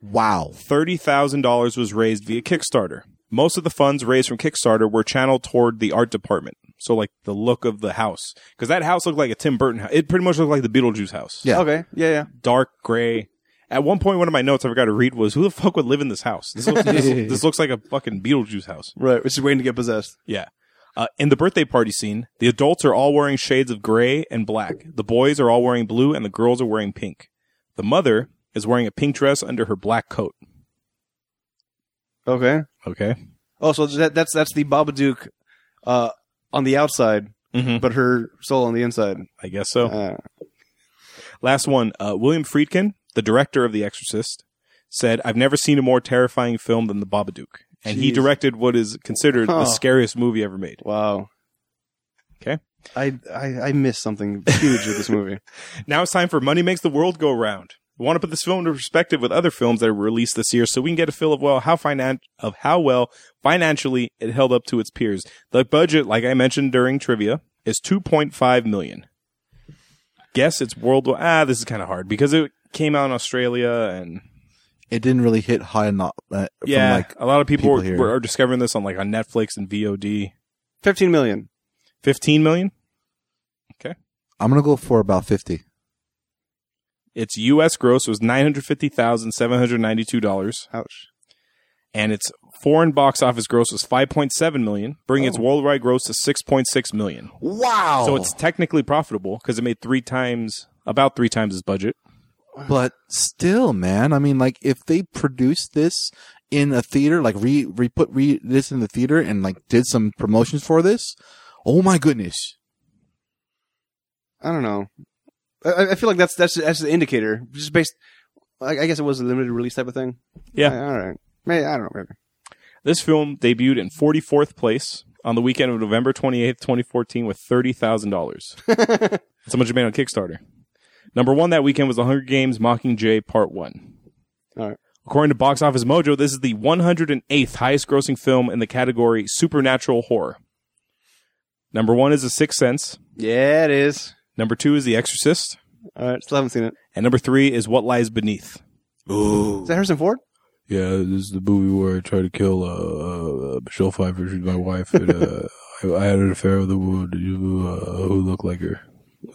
[SPEAKER 3] Wow.
[SPEAKER 1] $30,000 was raised via Kickstarter. Most of the funds raised from Kickstarter were channeled toward the art department. So like the look of the house cuz that house looked like a Tim Burton house. It pretty much looked like the Beetlejuice house.
[SPEAKER 3] Yeah.
[SPEAKER 2] Okay. Yeah, yeah.
[SPEAKER 1] dark gray. At one point, one of my notes I forgot to read was, "Who the fuck would live in this house? This looks, this, this looks like a fucking Beetlejuice house."
[SPEAKER 2] Right. Which is waiting to get possessed.
[SPEAKER 1] Yeah. Uh, in the birthday party scene, the adults are all wearing shades of gray and black. The boys are all wearing blue, and the girls are wearing pink. The mother is wearing a pink dress under her black coat.
[SPEAKER 2] Okay.
[SPEAKER 1] Okay.
[SPEAKER 2] Oh, so that, that's that's the Babadook uh, on the outside,
[SPEAKER 1] Mm-hmm.
[SPEAKER 2] but her soul on the inside.
[SPEAKER 1] I guess so.
[SPEAKER 2] Uh,
[SPEAKER 1] Last one. Uh, William Friedkin, the director of The Exorcist, said, "I've never seen a more terrifying film than The Babadook," and he
[SPEAKER 2] Jeez.
[SPEAKER 1] directed what is considered
[SPEAKER 2] Huh.
[SPEAKER 1] the scariest movie ever made.
[SPEAKER 2] wow.
[SPEAKER 1] Okay.
[SPEAKER 2] I, I I missed something huge with this movie.
[SPEAKER 1] Now it's time for Money Makes the World Go Round. We want to put this film into perspective with other films that were released this year so we can get a feel of well how finan- of how well financially it held up to its peers. The budget, like I mentioned during trivia, is 2.5 million. Guess it's worldwide. Ah, this is kind of hard because it came out in Australia and
[SPEAKER 3] It didn't really hit high enough. Uh,
[SPEAKER 1] yeah,
[SPEAKER 3] From like,
[SPEAKER 1] a lot of people,
[SPEAKER 3] people
[SPEAKER 1] were-
[SPEAKER 3] here.
[SPEAKER 1] were, are discovering this on like on Netflix and VOD.
[SPEAKER 2] Fifteen million.
[SPEAKER 1] 15 million.
[SPEAKER 3] I'm gonna go for about fifty.
[SPEAKER 1] Its U.S. gross was nine hundred fifty thousand seven hundred ninety-two dollars.
[SPEAKER 2] Ouch.
[SPEAKER 1] and its foreign box office gross was 5.7 million, bringing its
[SPEAKER 2] Oh.
[SPEAKER 1] worldwide gross to 6.6 million.
[SPEAKER 3] Wow.
[SPEAKER 1] So it's technically profitable because it made three times, about three times its budget.
[SPEAKER 3] But still, man, I mean, like if they produced this in a theater, like re re put re this in the theater and like did some promotions for this, oh my goodness,
[SPEAKER 2] I don't know. I- I, I feel like that's that's that's the indicator. Just based. I, I guess it was a limited release type of thing.
[SPEAKER 1] Yeah.
[SPEAKER 2] all right. May I don't know. Maybe.
[SPEAKER 1] This film debuted in 44th place on the weekend of November 28th, 2014, with $30,000. That's how much it made on Kickstarter. Number one that weekend was The Hunger Games Mockingjay Part 1.
[SPEAKER 2] All right.
[SPEAKER 1] According to Box Office Mojo, this is the 108th highest grossing film in the category supernatural horror. Number one is The Sixth Sense.
[SPEAKER 2] Yeah, it is.
[SPEAKER 1] Number two is The Exorcist.
[SPEAKER 2] All right. Still haven't seen it.
[SPEAKER 1] And number three is What Lies Beneath.
[SPEAKER 2] Is that Harrison Ford?
[SPEAKER 5] Yeah, this is the movie where I tried to kill uh, uh, Michelle Pfeiffer. She's my wife, and uh, I, I had an affair with a woman who, uh, who looked like her.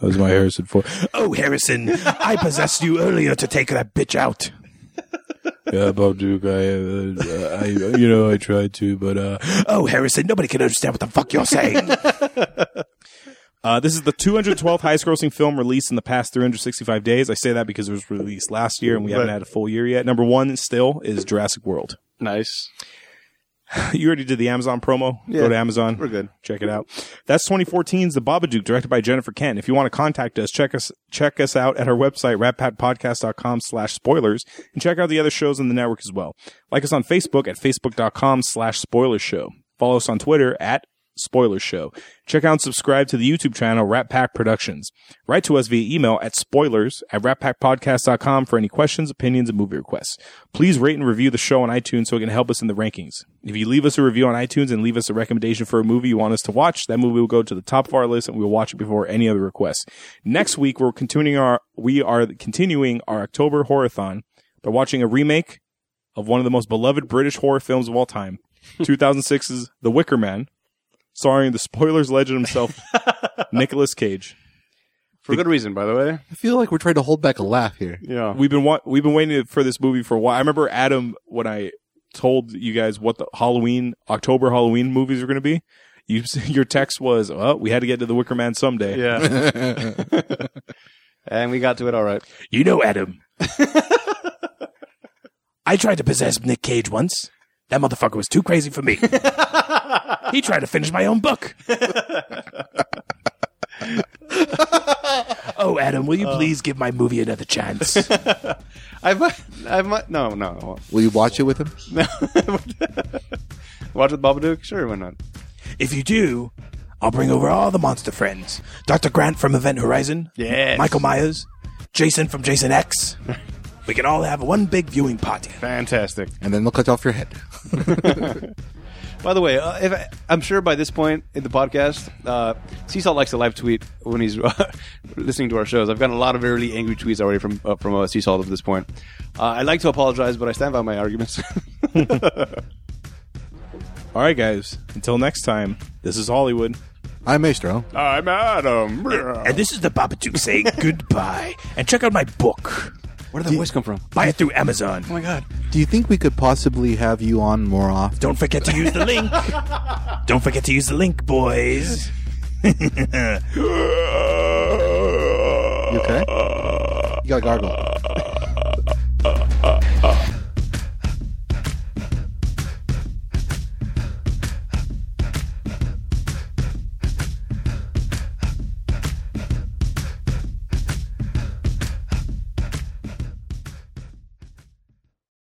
[SPEAKER 5] As my Harrison Ford.
[SPEAKER 4] Oh, Harrison, I possessed you earlier to take that bitch out.
[SPEAKER 5] Yeah, Bob Duke. I, uh, I, you know, I tried to, but uh,
[SPEAKER 4] Oh, Harrison, nobody can understand what the fuck you're saying.
[SPEAKER 1] Uh, this is the 212th highest grossing film released in the past 365 days. I say that because it was released last year and we haven't
[SPEAKER 2] Right.
[SPEAKER 1] had a full year yet. Number one still is Jurassic World.
[SPEAKER 2] Nice.
[SPEAKER 1] You already did the Amazon promo.
[SPEAKER 2] Yeah.
[SPEAKER 1] Go to Amazon.
[SPEAKER 2] We're good.
[SPEAKER 1] Check it out. That's 2014's The Babadook, directed by Jennifer Kent. If you want to contact us, check us check us out at our website, ratpatpodcast.com slash spoilers, and check out the other shows in the network as well. Like us on Facebook at facebook.com slash spoiler show. Follow us on Twitter at spoiler show. Check out and subscribe to the YouTube channel, Rat Pack Productions. Write to us via email at spoilers at ratpackpodcast.com for any questions, opinions, and movie requests. Please rate and review the show on iTunes so it can help us in the rankings. If you leave us a review on iTunes and leave us a recommendation for a movie you want us to watch, that movie will go to the top of our list and we will watch it before any other requests. Next week, we're continuing our, we are continuing our October Horathon by watching a remake of one of the most beloved British horror films of all time, 2006's The Wicker Man, starring the spoilers legend himself, Nicolas Cage.
[SPEAKER 2] For good reason, by the way.
[SPEAKER 3] I feel like we're trying to hold back a laugh here.
[SPEAKER 2] Yeah.
[SPEAKER 1] We've been wa- we've been waiting for this movie for a while. I remember Adam when I told you guys what the Halloween October Halloween movies were going to be. You your text was, "Well, we had to get to the Wicker Man someday."
[SPEAKER 2] Yeah. and we got to it all right.
[SPEAKER 4] You know, Adam. I tried to possess Nick Cage once. That motherfucker was too crazy for me. he tried to finish my own book. oh, Adam, will you please give my movie another chance?
[SPEAKER 2] I might, I might, no, no, I won't.
[SPEAKER 3] Will you watch it with him?
[SPEAKER 2] Watch with Babadook? Sure, why not?
[SPEAKER 4] if you do, I'll bring over all the monster friends Dr. Grant from Event Horizon,
[SPEAKER 2] Yes.
[SPEAKER 4] Michael Myers, Jason from Jason X. We can all have one big viewing party.
[SPEAKER 2] Fantastic.
[SPEAKER 3] And then they'll cut off your head.
[SPEAKER 2] By the way, uh, if I, I'm sure by this point in the podcast, uh, Seesaw likes to live tweet when he's uh, listening to our shows. I've gotten a lot of really angry tweets already from uh, from uh, Seesaw to this point. Uh, I'd like to apologize, but I stand by my arguments.
[SPEAKER 1] All right, guys. Until next time, this is Hollywood.
[SPEAKER 3] I'm Maestro.
[SPEAKER 1] Uh.
[SPEAKER 2] I'm Adam.
[SPEAKER 4] And this is the Babadook saying goodbye. And check out my book.
[SPEAKER 2] Where did that voice come from?
[SPEAKER 4] Buy it through Amazon.
[SPEAKER 2] Oh my god!
[SPEAKER 3] Do you think we could possibly have you on more often?
[SPEAKER 4] Don't forget to use the link. Don't forget to use the link, boys.
[SPEAKER 3] You okay? You got gargle.